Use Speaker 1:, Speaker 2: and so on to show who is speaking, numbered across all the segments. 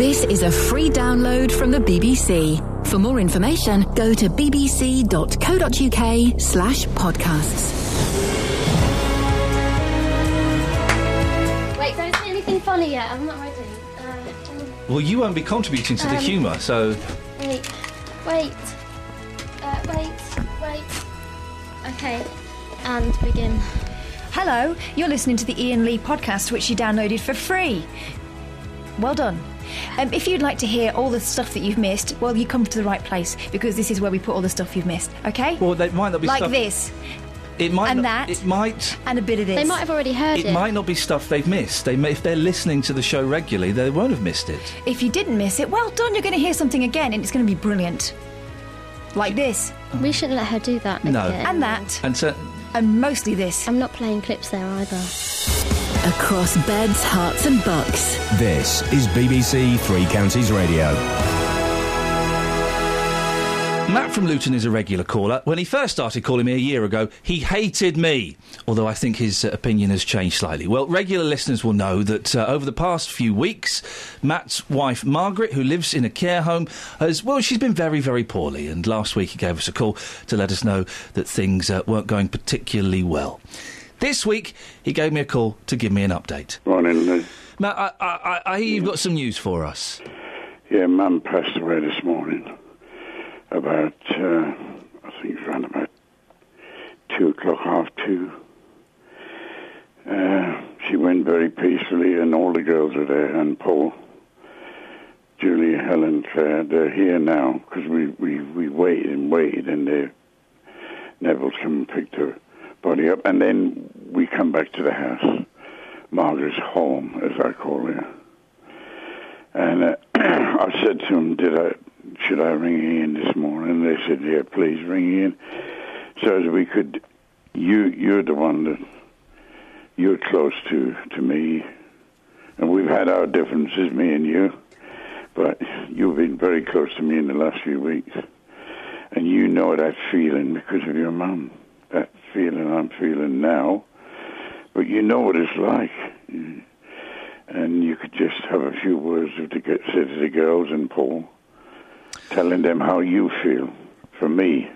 Speaker 1: This is a free download from the BBC. For more information, go to bbc.co.uk slash podcasts.
Speaker 2: Wait, don't say anything funny yet. I'm not ready. Uh,
Speaker 3: Well, you won't be contributing to the
Speaker 2: Um,
Speaker 3: humour, so
Speaker 2: wait, wait, uh, wait, wait. Okay, and begin.
Speaker 4: Hello, you're listening to the Ian Lee podcast, which you downloaded for free. Well done. Um, if you'd like to hear all the stuff that you've missed, well, you come to the right place because this is where we put all the stuff you've missed, okay?
Speaker 3: well, they might not be
Speaker 4: like
Speaker 3: stuff.
Speaker 4: this,
Speaker 3: It might
Speaker 4: and
Speaker 3: not-
Speaker 4: that.
Speaker 3: It might.
Speaker 4: and a bit of this.
Speaker 2: They might have already heard it.
Speaker 3: It might not be stuff they've missed. They may, if they're listening to the show regularly, they won't have missed it.
Speaker 4: If you didn't miss it, well done, you're going to hear something again and it's going to be brilliant. Like this,
Speaker 2: We shouldn't let her do that.
Speaker 3: No.
Speaker 2: Again.
Speaker 4: and that,
Speaker 3: And so,
Speaker 4: and mostly this.
Speaker 2: I'm not playing clips there either.
Speaker 1: Across beds, hearts and bucks.
Speaker 5: This is BBC Three Counties Radio.
Speaker 3: Matt from Luton is a regular caller. When he first started calling me a year ago, he hated me, although I think his uh, opinion has changed slightly. Well, regular listeners will know that uh, over the past few weeks, Matt's wife, Margaret, who lives in a care home, has, well, she's been very, very poorly. And last week he gave us a call to let us know that things uh, weren't going particularly well. This week, he gave me a call to give me an update.
Speaker 6: Morning, Lou.
Speaker 3: Matt, I, I, I I hear you've got some news for us.
Speaker 6: Yeah, Mum passed away this morning. About, uh, I think it was around about two o'clock, half two. Uh, she went very peacefully, and all the girls are there, and Paul, Julie, Helen, Claire. They're here now because we, we, we waited and waited, and they, Neville's come and picked her body up, and then we come back to the house. Margaret's home, as I call her. And uh, I said to them, "Did I? Should I ring Ian this morning?" They said, "Yeah, please ring Ian." So that we could. You, you're the one that you're close to to me, and we've had our differences, me and you, but you've been very close to me in the last few weeks, and you know that feeling because of your mum. That feeling I'm feeling now, but you know what it's like and you could just have a few words of the, g- say to the girls and Paul, telling them how you feel. For me,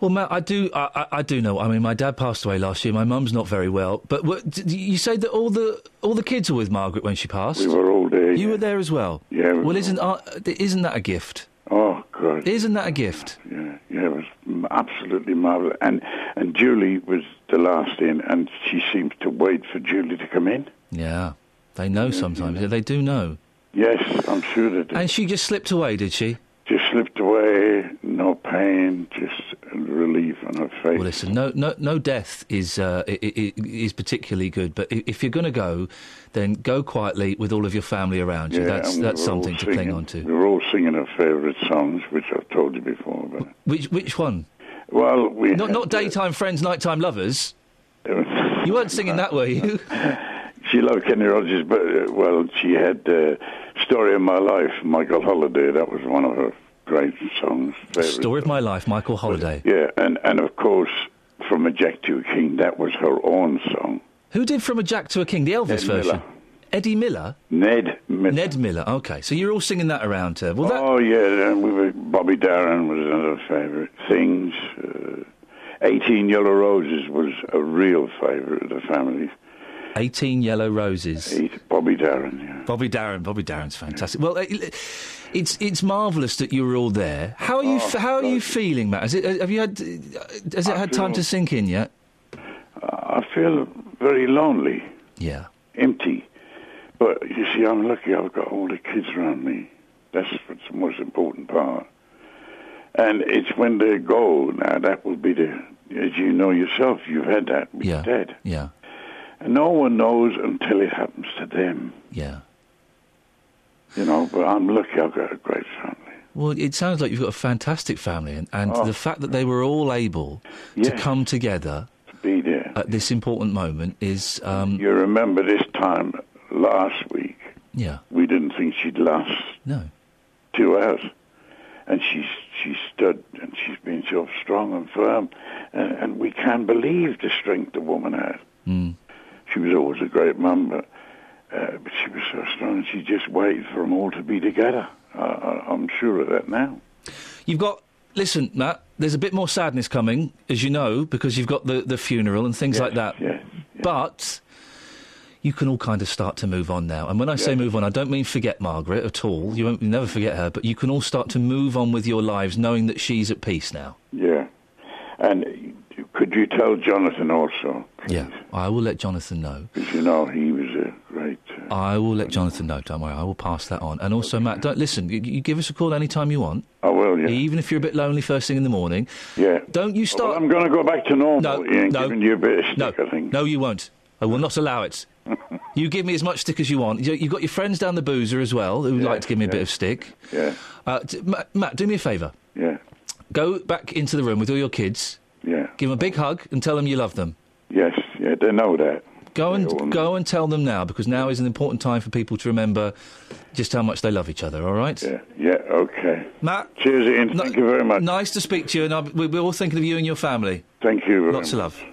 Speaker 3: Well, Matt, I do, I, I- I do know. I mean, my dad passed away last year. My mum's not very well. But what, d- d- you say that all the all the kids were with Margaret when she passed.
Speaker 6: we were all there.
Speaker 3: You were there as well.
Speaker 6: Yeah, we
Speaker 3: well,
Speaker 6: were.
Speaker 3: isn't uh, isn't that a gift?
Speaker 6: Oh God,
Speaker 3: Isn't that a gift?
Speaker 6: yeah, yeah, it was m- absolutely marvelous. And and Julie was the last in, and she seems to wait for Julie to come in.
Speaker 3: Yeah, they know sometimes. Yeah, they do know.
Speaker 6: Yes, I'm sure that
Speaker 3: And she just slipped away, did she?
Speaker 6: just slipped away. No pain, just relief on her face.
Speaker 3: Well, listen, no, no, no death is uh, i- i- i- is particularly good. But i- if you're going to go, then go quietly with all of your family around you. that's
Speaker 6: and we
Speaker 3: that's
Speaker 6: were all
Speaker 3: something to
Speaker 6: singing-
Speaker 3: cling on to.
Speaker 6: We were all singing her favourite songs, which I've told you before. But
Speaker 3: Which which one?
Speaker 6: Well, we
Speaker 3: Not
Speaker 6: had,
Speaker 3: not daytime friends, nighttime lovers.
Speaker 6: uh,
Speaker 3: You weren't singing that, were you?
Speaker 6: she loved Kenny Rogers, but uh, well, she had uh, "Story of My Life," Michael Holiday. That was one of her great songs. Favorite.
Speaker 3: Story of my life, Michael Holiday.
Speaker 6: Yeah, and and of course from a Jack to a King, that was her own song.
Speaker 3: Who did From a Jack to a King, the Elvis
Speaker 6: Ned
Speaker 3: version?
Speaker 6: Miller.
Speaker 3: Eddie Miller?
Speaker 6: Ned. Miller.
Speaker 3: Ned Miller. Okay, so you're all singing that around to her. Well, that,
Speaker 6: Oh yeah, and we were Bobby Darin was another favourite. Things, uh, eighteen Yellow Roses was a real favourite of the family. Oh.
Speaker 3: 18 Yellow Roses.
Speaker 6: Eight- Bobby Darin, yeah.
Speaker 3: Bobby Darren. Bobby Darren's fantastic. Well, it- it's it's marvellous that you were all there. How are you?
Speaker 6: Oh,
Speaker 3: f how are you feeling, Matt? Has it, uh, have you had? Has it
Speaker 6: I
Speaker 3: had time
Speaker 6: feel-
Speaker 3: to sink in yet?
Speaker 6: I feel very lonely.
Speaker 3: Yeah.
Speaker 6: empty. But you see, I'm lucky I've got all the kids around me. That's what's the most important part. And it's when they go now, that will be the, as you know yourself, you've had that with
Speaker 3: Yeah.
Speaker 6: your dad.
Speaker 3: Yeah.
Speaker 6: And no one knows until it happens to them,
Speaker 3: Yeah.
Speaker 6: you know. But I'm lucky I've got a great family.
Speaker 3: Well, it sounds like you've got a fantastic family, and, and
Speaker 6: Oh.
Speaker 3: the fact that they were all able to
Speaker 6: Yes.
Speaker 3: come together
Speaker 6: To be there.
Speaker 3: at this important moment is, um,
Speaker 6: you remember this time last week,
Speaker 3: yeah,
Speaker 6: we didn't think she'd last
Speaker 3: no.
Speaker 6: two hours. And she, she stood and she's been so strong and firm. And, and
Speaker 3: Hmm.
Speaker 6: we can believe the strength the woman had. Mm. She was always a great mum, but Uh, but she was so strong, she just waited for them all to be together. I, I, I'm sure of that now.
Speaker 3: You've got. Listen, Matt. There's a bit more sadness coming, as you know, because you've got the, the funeral and things like that. But you can all kind of start to move on now. And when I say move on, I don't mean forget Margaret at all. You won't you never forget her, but you can all start to move on with your lives, knowing that she's at peace now.
Speaker 6: Yeah. And could you tell Jonathan also?
Speaker 3: Yeah, I will let Jonathan know.
Speaker 6: Because you know he was a great. uh,
Speaker 3: I will let Jonathan know. Don't worry, I will pass that on. And also, Matt, don't listen. You, you give us a call anytime you want.
Speaker 6: I will. Yeah.
Speaker 3: Even if you're a bit lonely first thing in the morning.
Speaker 6: Yeah.
Speaker 3: Don't you start.
Speaker 6: I'm going to go back to normal.
Speaker 3: No,
Speaker 6: Ian,
Speaker 3: no,
Speaker 6: giving you a bit of stick,
Speaker 3: no,
Speaker 6: I think.
Speaker 3: no, you won't. I will not allow it. you give me as much stick as you want. You, you've got your friends down the boozer as well who like to give me a bit of stick.
Speaker 6: Yeah.
Speaker 3: Uh, t- Ma- Matt, do me a favour.
Speaker 6: Yeah.
Speaker 3: Go back into the room with all your kids.
Speaker 6: Yeah.
Speaker 3: Give them a big hug and tell them you love them.
Speaker 6: Yes. Yeah. They know that.
Speaker 3: Go and
Speaker 6: Yeah, well,
Speaker 3: go and tell them now because now is an important time for people to remember just how much they love each other. All right.
Speaker 6: Yeah. Yeah. Okay.
Speaker 3: Matt.
Speaker 6: Cheers, Ian. Thank you very much.
Speaker 3: Nice to speak to you, and I, we- we're all thinking of you and your family.
Speaker 6: Thank you. Very
Speaker 3: Lots of
Speaker 6: much.
Speaker 3: love.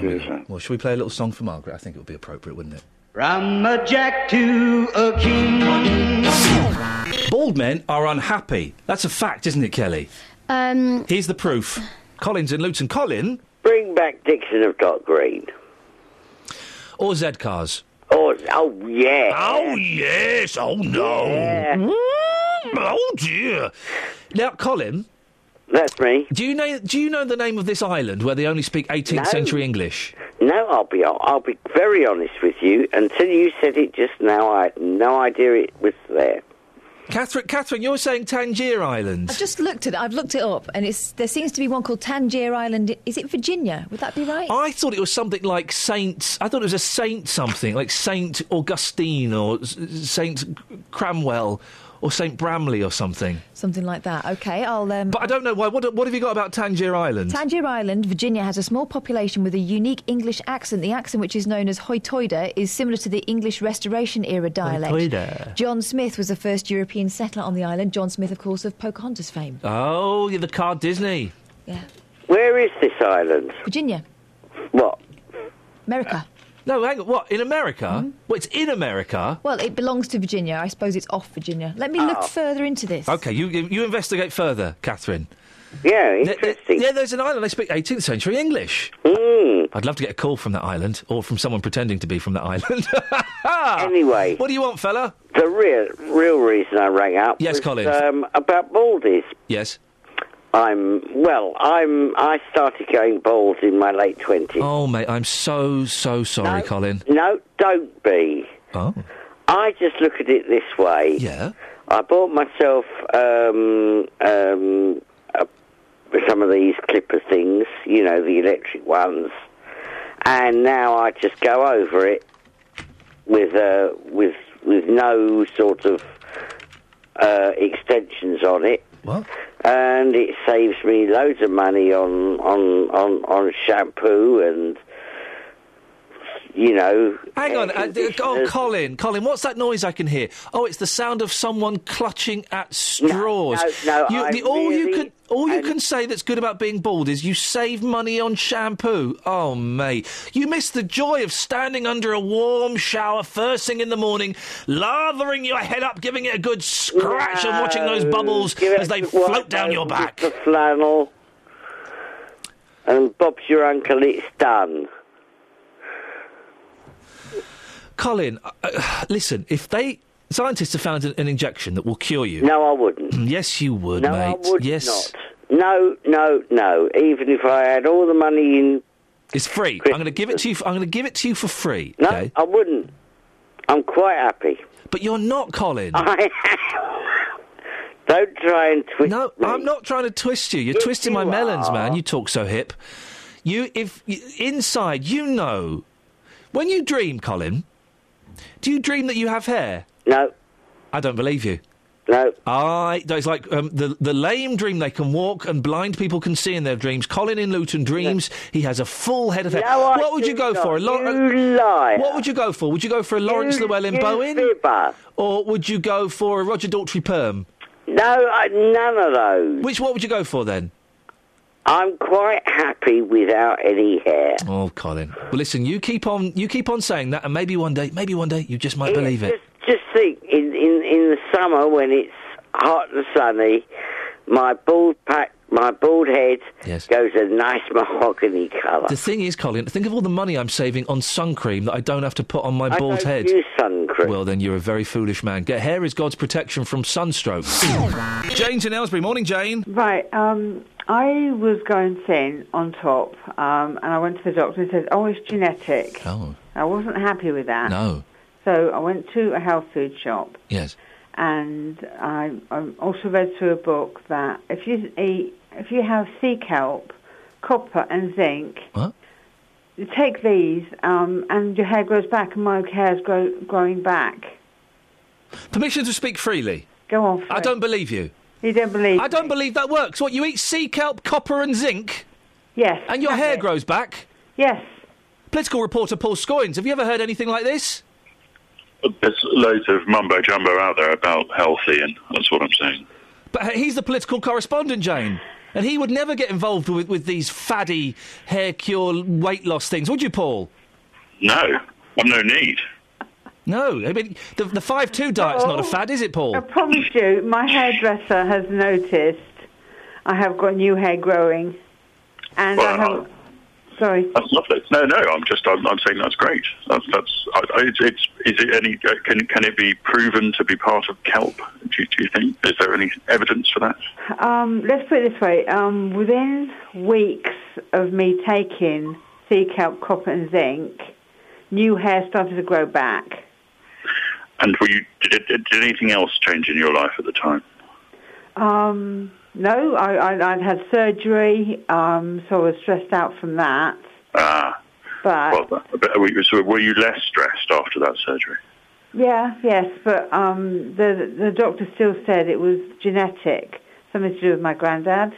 Speaker 6: Cheers. Ian.
Speaker 3: Well, should we play a little song for Margaret? I think it would be appropriate, wouldn't it?
Speaker 7: From a jack to a king.
Speaker 3: Bald men are unhappy. That's a fact, isn't it, Kelly?
Speaker 2: Um,
Speaker 3: Here's the proof. Collins in Luton. Colin
Speaker 8: Bring back Dixon of Dot Green.
Speaker 3: or Z cars?
Speaker 8: Oh, oh yeah.
Speaker 3: Oh yes. Oh no. Mm, Oh dear. Now, Colin.
Speaker 8: That's me.
Speaker 3: Do you know? Do you know the name of this island where they only speak 18th
Speaker 8: No.
Speaker 3: century English?
Speaker 8: No, I'll be I'll be very honest with you. Until you said it just now, I had no idea it was there.
Speaker 3: Catherine, Catherine, you're saying Tangier Island.
Speaker 4: I've just looked at. I've looked it up, and it's there seems to be one called Tangier Island. Is it Virginia? Would that be right?
Speaker 3: I thought it was something like Saint. I thought it was a Saint something, like Saint Augustine or S- Saint Cramwell or Saint Bramley or something.
Speaker 4: Something like that. Okay, I'll. Um,
Speaker 3: But I don't know why. What, what have you got about Tangier Island?
Speaker 4: Tangier Island, Virginia, has a small population with a unique English accent. The accent, which is known as Hoitoida, is similar to the English Restoration era dialect.
Speaker 3: Hoitoida.
Speaker 4: John Smith was the first European settler on the island. John Smith, of course, of Pocahontas fame.
Speaker 3: oh, yeah, the card Disney.
Speaker 4: Yeah,
Speaker 8: Where is this island?
Speaker 4: Virginia,
Speaker 8: What?
Speaker 4: America. Mm-hmm.
Speaker 3: No, hang on. What in America? Well, it's in America.
Speaker 4: Well, it belongs to Virginia. I suppose it's off Virginia. Let me look further into this.
Speaker 3: Okay, you you you investigate further, Catherine.
Speaker 8: Yeah,
Speaker 3: There- there-
Speaker 8: interesting.
Speaker 3: yeah, there's an island. They speak 18th century English.
Speaker 8: Mm.
Speaker 3: I'd love to get a call from that island, or from someone pretending to be from that island.
Speaker 8: Anyway,
Speaker 3: what do you want, fella?
Speaker 8: the real real reason I rang up
Speaker 3: Yes,
Speaker 8: was
Speaker 3: Colin.
Speaker 8: Um, about baldies.
Speaker 3: Yes.
Speaker 8: I'm well. I'm I started going bald in my late twenties.
Speaker 3: Oh, mate, I'm so so sorry, Colin.
Speaker 8: No, don't be.
Speaker 3: Oh,
Speaker 8: I just look at it this way.
Speaker 3: yeah.
Speaker 8: I bought myself um, um, uh, some of these clipper things, you know, the electric ones, and now I just go over it with uh, with with no sort of uh, extensions on it,
Speaker 3: What?
Speaker 8: and it saves me loads of money on on on, on shampoo and you know.
Speaker 3: Hang
Speaker 8: air
Speaker 3: on. Uh, d- oh,
Speaker 8: conditioners.
Speaker 3: Colin, Colin, what's that noise I can hear? Oh, it's the sound of someone clutching at straws.
Speaker 8: no,
Speaker 3: you,
Speaker 8: I
Speaker 3: the, all you
Speaker 8: really-
Speaker 3: can all you
Speaker 8: and-
Speaker 3: can say that's good about being bald is you save money on shampoo. Oh, mate, you miss the joy of standing under a warm shower first thing in the morning, lathering your head up, giving it a good scratch, and watching those
Speaker 8: No,
Speaker 3: bubbles
Speaker 8: give it
Speaker 3: as
Speaker 8: a
Speaker 3: they
Speaker 8: good
Speaker 3: float
Speaker 8: wipe
Speaker 3: down
Speaker 8: over
Speaker 3: your
Speaker 8: with
Speaker 3: back.
Speaker 8: The flannel. And Bob's your uncle, it's done.
Speaker 3: Colin, uh, uh, listen, if they scientists have found an, an injection that will cure you,
Speaker 8: No, I wouldn't.
Speaker 3: Mm, yes, you would,
Speaker 8: No,
Speaker 3: mate.
Speaker 8: I would
Speaker 3: yes,
Speaker 8: not. No, no, no. Even if I had all the money in.
Speaker 3: it's free. I'm going to give it to you. For, I'm going to give it to you for free.
Speaker 8: No,
Speaker 3: Okay,
Speaker 8: I wouldn't. I'm quite happy.
Speaker 3: but you're not, Colin.
Speaker 8: I Don't try and twist
Speaker 3: no,
Speaker 8: me.
Speaker 3: I'm not trying to twist you. You're
Speaker 8: Yes,
Speaker 3: twisting my
Speaker 8: you
Speaker 3: melons,
Speaker 8: are.
Speaker 3: man. You talk so hip. You, if y inside, you know, when you dream, Colin, do you dream that you have hair?
Speaker 8: No,
Speaker 3: I don't believe you.
Speaker 8: no.
Speaker 3: I. It's like um, the the lame dream they can walk and blind people can see in their dreams. Colin in Luton dreams he has a full head of hair.
Speaker 8: No, I
Speaker 3: what would
Speaker 8: do
Speaker 3: you go for? A
Speaker 8: not.
Speaker 3: Lau-
Speaker 8: You liar.
Speaker 3: What would you go for? Would you go for a Lawrence
Speaker 8: You-
Speaker 3: Llewellyn
Speaker 8: you
Speaker 3: Bowen,
Speaker 8: fibber.
Speaker 3: or would you go for a Roger Daltrey perm?
Speaker 8: No, Oh, I, none of those.
Speaker 3: Which what would you go for then?
Speaker 8: I'm quite happy without any hair.
Speaker 3: Oh, Colin. Well, listen, you keep on, you keep on saying that, and maybe one day, maybe one day, you just might believe it.
Speaker 8: Just think, in, in, in the summer when it's hot and sunny, my bald pack, my bald head goes a nice mahogany colour.
Speaker 3: The thing is, Colin, think of all the money I'm saving on sun cream that I don't have to put on my
Speaker 8: I
Speaker 3: bald
Speaker 8: don't
Speaker 3: head.
Speaker 8: use sun cream.
Speaker 3: Well, then you're a very foolish man. Get hair is God's protection from sunstroke. Jane's in Ellsbury. Morning, Jane.
Speaker 9: Right. Um, I was going thin on top, um, and I went to the doctor and said, "Oh, it's genetic."
Speaker 3: Oh,
Speaker 9: I wasn't happy with that.
Speaker 3: no.
Speaker 9: So I went to a health food shop,
Speaker 3: Yes.
Speaker 9: and I, I also read through a book that if you eat, if you have sea kelp, copper, and zinc,
Speaker 3: What?
Speaker 9: you take these, um, and your hair grows back, and my hair's grow, growing back.
Speaker 3: Permission to speak freely.
Speaker 9: Go on.
Speaker 3: I don't believe you.
Speaker 9: You don't believe?
Speaker 3: I don't believe that works. What, you eat sea kelp, copper, and zinc?
Speaker 9: Yes.
Speaker 3: And your hair grows back?
Speaker 9: Yes.
Speaker 3: Political reporter Paul Scoynes, have you ever heard anything like this?
Speaker 10: There's loads of mumbo jumbo out there about health, Ian. That's what I'm saying.
Speaker 3: But h- he's the political correspondent, Jane. And he would never get involved with, with these faddy hair cure weight loss things, would you, Paul?
Speaker 10: No, I've no need.
Speaker 3: No. I mean, the, the 5 2 diet's not
Speaker 9: No.
Speaker 3: a fad, is it,
Speaker 9: Oh, I
Speaker 3: Paul?
Speaker 9: promise you, my hairdresser has noticed I have got new hair growing, and I have. Sorry.
Speaker 10: That's lovely. No, no, I'm just I'm, I'm saying that's great. That's that's I, I, it's, it's is it any uh, can can it be proven to be part of kelp? Do, you- do you think is there any evidence for that?
Speaker 9: Um, let's put it this way: um, within weeks of me taking sea kelp, copper, and zinc, new hair started to grow back.
Speaker 10: And were you did, did did anything else change in your life at the time?
Speaker 9: Um, no, I, I, I'd had surgery, um, so I was stressed out from that.
Speaker 10: Ah,
Speaker 9: But
Speaker 10: well, but were you, so were you less stressed after that surgery?
Speaker 9: Yeah, yes, but um, the the doctor still said it was genetic, something to do with my granddad,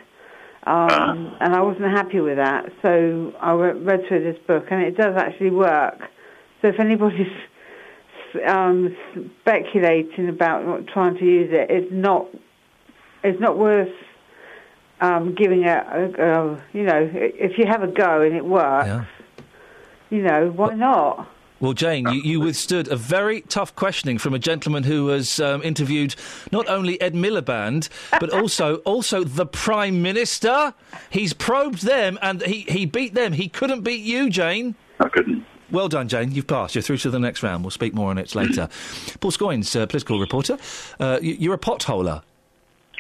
Speaker 9: um, and I wasn't happy with that. So I re- read through this book, and it does actually work. So if anybody's um, speculating about not trying to use it, it's not it's not worth um, giving a, a, a you know i- if you have a go and it works, you know why not?
Speaker 3: Well, Jane, you, you withstood a very tough questioning from a gentleman who has um, interviewed not only Ed Miliband, but also also the Prime Minister. He's probed them and he, he beat them. He couldn't beat you, Jane.
Speaker 10: I couldn't.
Speaker 3: Well done, Jane. You've passed. You're through to the next round. We'll speak more on it later. Paul Scoynes, uh, political reporter. Uh, you, you're a potholer.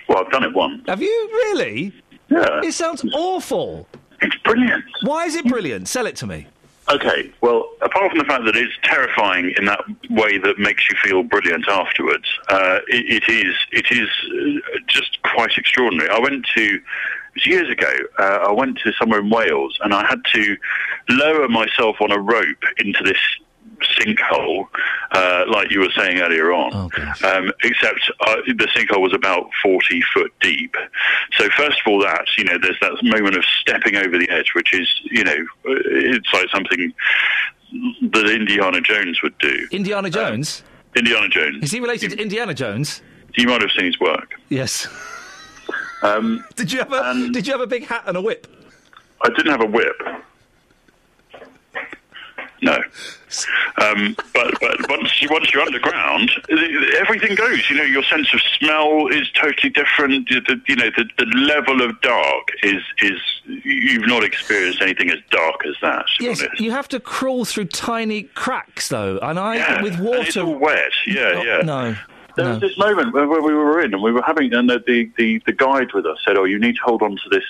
Speaker 10: Well, I've done it once.
Speaker 3: Have you really?
Speaker 10: Yeah.
Speaker 3: It sounds awful.
Speaker 10: It's brilliant.
Speaker 3: Why is it brilliant? Sell it to me.
Speaker 10: Okay, well, apart from the fact that it's terrifying in that way that makes you feel brilliant afterwards, uh, it, it is it is uh, just quite extraordinary. I went to it was years ago. Uh, I went to somewhere in Wales, and I had to lower myself on a rope into this sinkhole, uh, like you were saying earlier on.
Speaker 3: Oh,
Speaker 10: um, except uh, the sinkhole was about forty foot deep. So first of all, that you know, there's that moment of stepping over the edge, which is you know, uh, it's like something that Indiana Jones would do. Uh,
Speaker 3: Indiana Jones?
Speaker 10: Indiana Jones.
Speaker 3: Is he related to Indiana Jones?
Speaker 10: You might have seen his work.
Speaker 3: Yes.
Speaker 10: Um,
Speaker 3: Did you have a Did you have a big hat and a whip?
Speaker 10: I didn't have a whip. No, um, but but once you, once you're underground, everything goes. You know, your sense of smell is totally different. The, the- you know, the, the level of dark is is you've not experienced anything as dark as that. to be
Speaker 3: Yes,
Speaker 10: honest.
Speaker 3: you have to crawl through tiny cracks though, and I
Speaker 10: Yeah,
Speaker 3: with
Speaker 10: and it's all
Speaker 3: water.
Speaker 10: wet. Yeah, yeah.
Speaker 3: No.
Speaker 10: There was this moment where, where we were in, and we were having, and the, the the the guide with us said, "Oh, you need to hold on to this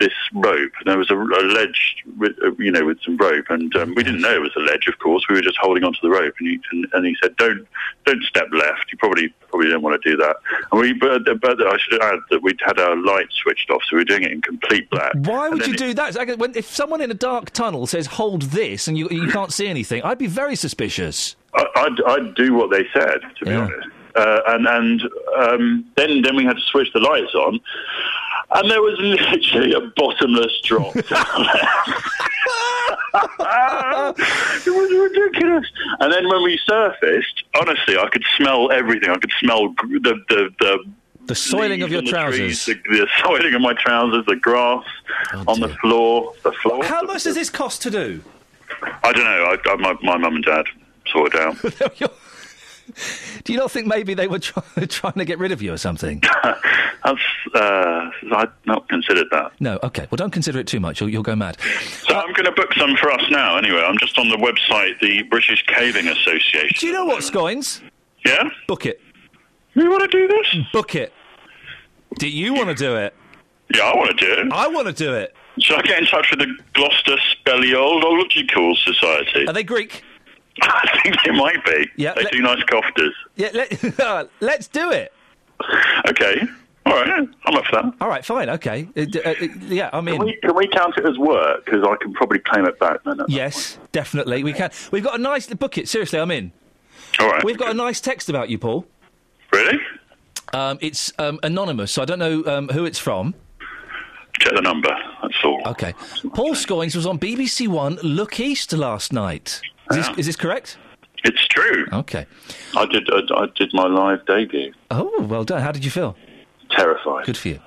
Speaker 10: this rope." And there was a, a ledge, with, uh, you know, with some rope, and um, we didn't know it was a ledge. Of course, we were just holding on to the rope, and he and, and he said, "Don't don't step left. You probably probably don't want to do that." And we, but, but I should add that we'd had our light switched off, so we were doing it in complete black.
Speaker 3: Why
Speaker 10: And
Speaker 3: would
Speaker 10: then
Speaker 3: you
Speaker 10: it-
Speaker 3: do that? It's like when- if someone in a dark tunnel says "hold this" and you, you can't see anything, I'd be very suspicious.
Speaker 10: I- I'd, I'd do what they said, to be honest. Uh, and and um, then then we had to switch the lights on, and there was literally a bottomless drop. it was ridiculous. And then when we surfaced, honestly, I could smell everything. I could smell gr- the the, the
Speaker 3: The soiling of
Speaker 10: leaves
Speaker 3: your
Speaker 10: on the
Speaker 3: trousers. Oh,
Speaker 10: trees, the, the soiling of my trousers, the grass on the floor, the floor.
Speaker 3: How much does this cost to do?
Speaker 10: I don't know. I, I, my, my mum and dad sort it out.
Speaker 3: Do you not think maybe they were try- trying to get rid of you or something?
Speaker 10: That's uh, I'd not considered that.
Speaker 3: No, okay. Well, don't consider it too much. You'll, you'll go mad.
Speaker 10: So I'm going to book some for us now. Anyway, I'm just on the website, the British Caving Association.
Speaker 3: Do you know what, Scoins?
Speaker 10: Yeah?
Speaker 3: Book it.
Speaker 10: You want to do this?
Speaker 3: Book it. Do you want to do it?
Speaker 10: Yeah, I want to do it.
Speaker 3: I want to do it.
Speaker 10: Should I get in touch with the Gloucester Speleological Society?
Speaker 3: Are they Greek?
Speaker 10: I think they might be.
Speaker 3: Yeah,
Speaker 10: they
Speaker 3: let-
Speaker 10: do nice cofters.
Speaker 3: Yeah, let, let's do it.
Speaker 10: Okay. All right. I'm up for that.
Speaker 3: All right, fine, okay. Uh, d- uh, uh, yeah, I mean.
Speaker 10: Can we, can we count it as work? Because I can probably claim it back. No, no.
Speaker 3: Yes, definitely. We can. We've got a nice book. It seriously, I'm in.
Speaker 10: All right.
Speaker 3: We've got a nice text about you, Paul.
Speaker 10: Really?
Speaker 3: Um, it's um, anonymous, so I don't know um, who it's from.
Speaker 10: Check the number. That's all.
Speaker 3: Okay. Paul Scoins was on BBC One Look East last night. Is, this, is this correct?
Speaker 10: It's true.
Speaker 3: Okay.
Speaker 10: I did. I, I did my live debut.
Speaker 3: Oh, well done. How did you feel?
Speaker 10: Terrified.
Speaker 3: Good for you.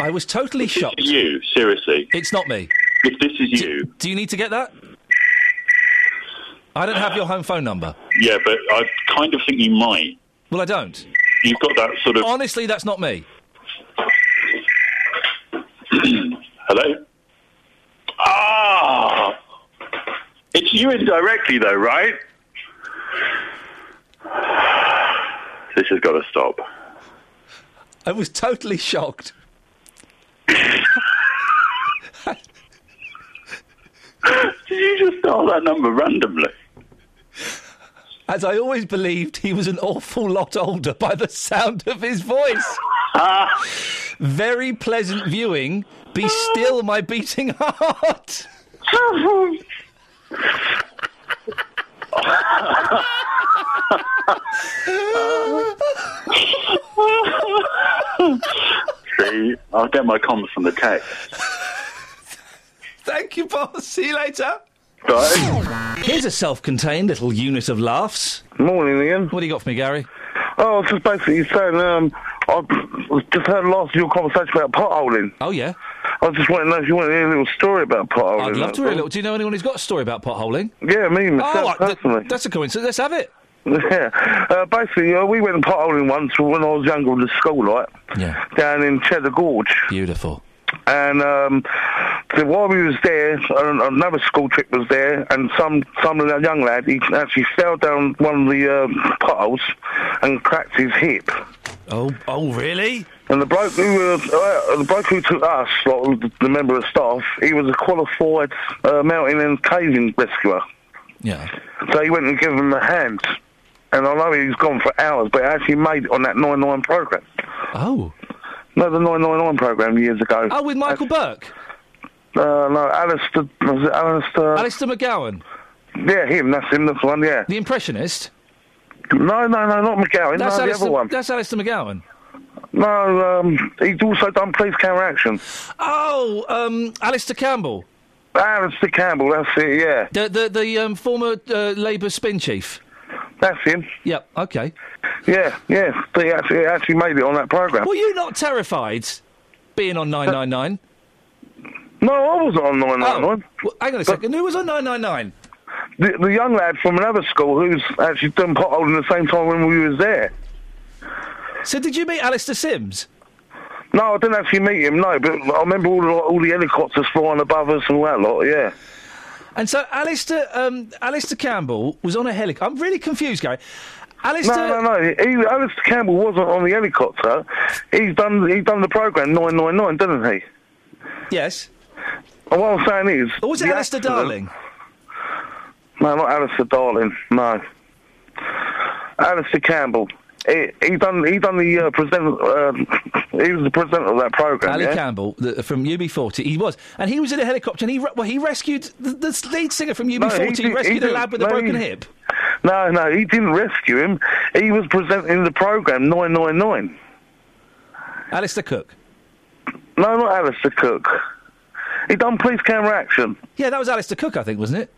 Speaker 3: I was totally shocked.
Speaker 10: You seriously?
Speaker 3: It's not me.
Speaker 10: If this is you,
Speaker 3: Do you need to get that? I don't have your home phone number.
Speaker 10: yeah. But I kind of think you might.
Speaker 3: Well, I don't.
Speaker 10: You've got that sort of.
Speaker 3: Honestly, that's not me.
Speaker 10: Hello. Ah. It's you indirectly, though, right? This has got to stop.
Speaker 3: I was totally shocked.
Speaker 10: Did you just dial that number randomly?
Speaker 3: As I always believed, he was an awful lot older by the sound of his voice. Very pleasant viewing. Be still, my beating heart.
Speaker 10: See, I'll get my comments from the text.
Speaker 3: Thank you, Paul. See you later.
Speaker 10: Bye.
Speaker 3: Here's a self-contained little unit of laughs.
Speaker 11: Morning, Ian.
Speaker 3: What do you got for me, Gary?
Speaker 11: Oh, I was just basically saying, um, I just heard last of your conversation about potholing.
Speaker 3: Oh, yeah?
Speaker 11: I just wanted to know if you wanted to hear a little story about potholing.
Speaker 3: I'd love
Speaker 11: that's
Speaker 3: to hear a
Speaker 11: all.
Speaker 3: little. Do you know anyone who's got a story about potholing?
Speaker 11: Yeah, me,
Speaker 3: Oh,
Speaker 11: myself,
Speaker 3: I- th-
Speaker 11: personally.
Speaker 3: that's a coincidence. Let's have it.
Speaker 11: Yeah. Uh, basically, uh, we went potholing once when I was younger with the school, right?
Speaker 3: Yeah.
Speaker 11: Down in Cheddar Gorge.
Speaker 3: Beautiful.
Speaker 11: And um, so while we was there, an- another school trip was there, and some some of that young lad he actually fell down one of the uh, potholes and cracked his hip.
Speaker 3: Oh, oh, really?
Speaker 11: And the bloke who was, uh, the bloke who took us, like the, the member of staff, he was a qualified uh, mountain and caving rescuer.
Speaker 3: Yeah.
Speaker 11: So he went and gave him a hand. And I know he's gone for hours, but he actually made it on that 99 program.
Speaker 3: Oh.
Speaker 11: No, the 999 program years ago.
Speaker 3: Oh, with Michael Burke?
Speaker 11: Uh, no, Alistair. Was it Alistair?
Speaker 3: Alistair McGowan?
Speaker 11: Yeah, him. That's him. That's the one, yeah.
Speaker 3: The Impressionist?
Speaker 11: No, no, no, not McGowan.
Speaker 3: that's,
Speaker 11: no, the
Speaker 3: Alistair,
Speaker 11: other one.
Speaker 3: that's Alistair McGowan.
Speaker 11: No, um, he's also done Police Camera Action.
Speaker 3: Oh, um, Alistair Campbell.
Speaker 11: Alistair Campbell, that's it, yeah.
Speaker 3: The the, the um, former uh, Labour spin chief.
Speaker 11: That's him.
Speaker 3: Yep. Uh, Okay.
Speaker 11: Yeah, yeah. But he actually, he actually made it on that program.
Speaker 3: Were you not terrified being on nine nine nine? Oh,
Speaker 11: No, I was on 999.
Speaker 3: Well, hang on a second. Who was on nine nine nine?
Speaker 11: The, the young lad from another school who's actually done potholing at the same time when we was there.
Speaker 3: So did you meet Alistair Sims?
Speaker 11: No, I didn't actually meet him. No, but I remember all the, all the helicopters flying above us and all that lot. Yeah.
Speaker 3: And so Alistair um, Alistair Campbell was on a helicopter. I'm really confused, Gary. Alistair.
Speaker 11: No, no, no. He, Alistair Campbell wasn't on the helicopter. He's done. He's done the program nine nine nine, didn't he?
Speaker 3: Yes.
Speaker 11: And what I'm saying is,
Speaker 3: Or was it
Speaker 11: the
Speaker 3: Alistair
Speaker 11: accident-
Speaker 3: Darling?
Speaker 11: No, not Alistair Darling. No, Alistair Campbell. He, he done. He done the uh, present. Uh, he was the presenter of that program.
Speaker 3: Ali
Speaker 11: yeah?
Speaker 3: Campbell the, from UB40. He was, and he was in a helicopter, and he re- well, he rescued the, the lead singer from
Speaker 11: No,
Speaker 3: UB40.
Speaker 11: he
Speaker 3: he,
Speaker 11: did- he
Speaker 3: rescued a
Speaker 11: did-
Speaker 3: lad with a
Speaker 11: no,
Speaker 3: broken
Speaker 11: he-
Speaker 3: hip.
Speaker 11: No, no, he didn't rescue him. He was presenting the program nine nine nine.
Speaker 3: Alistair Cook.
Speaker 11: No, not Alistair Cook. He done police camera action.
Speaker 3: Yeah, that was Alistair Cook, I think, wasn't it?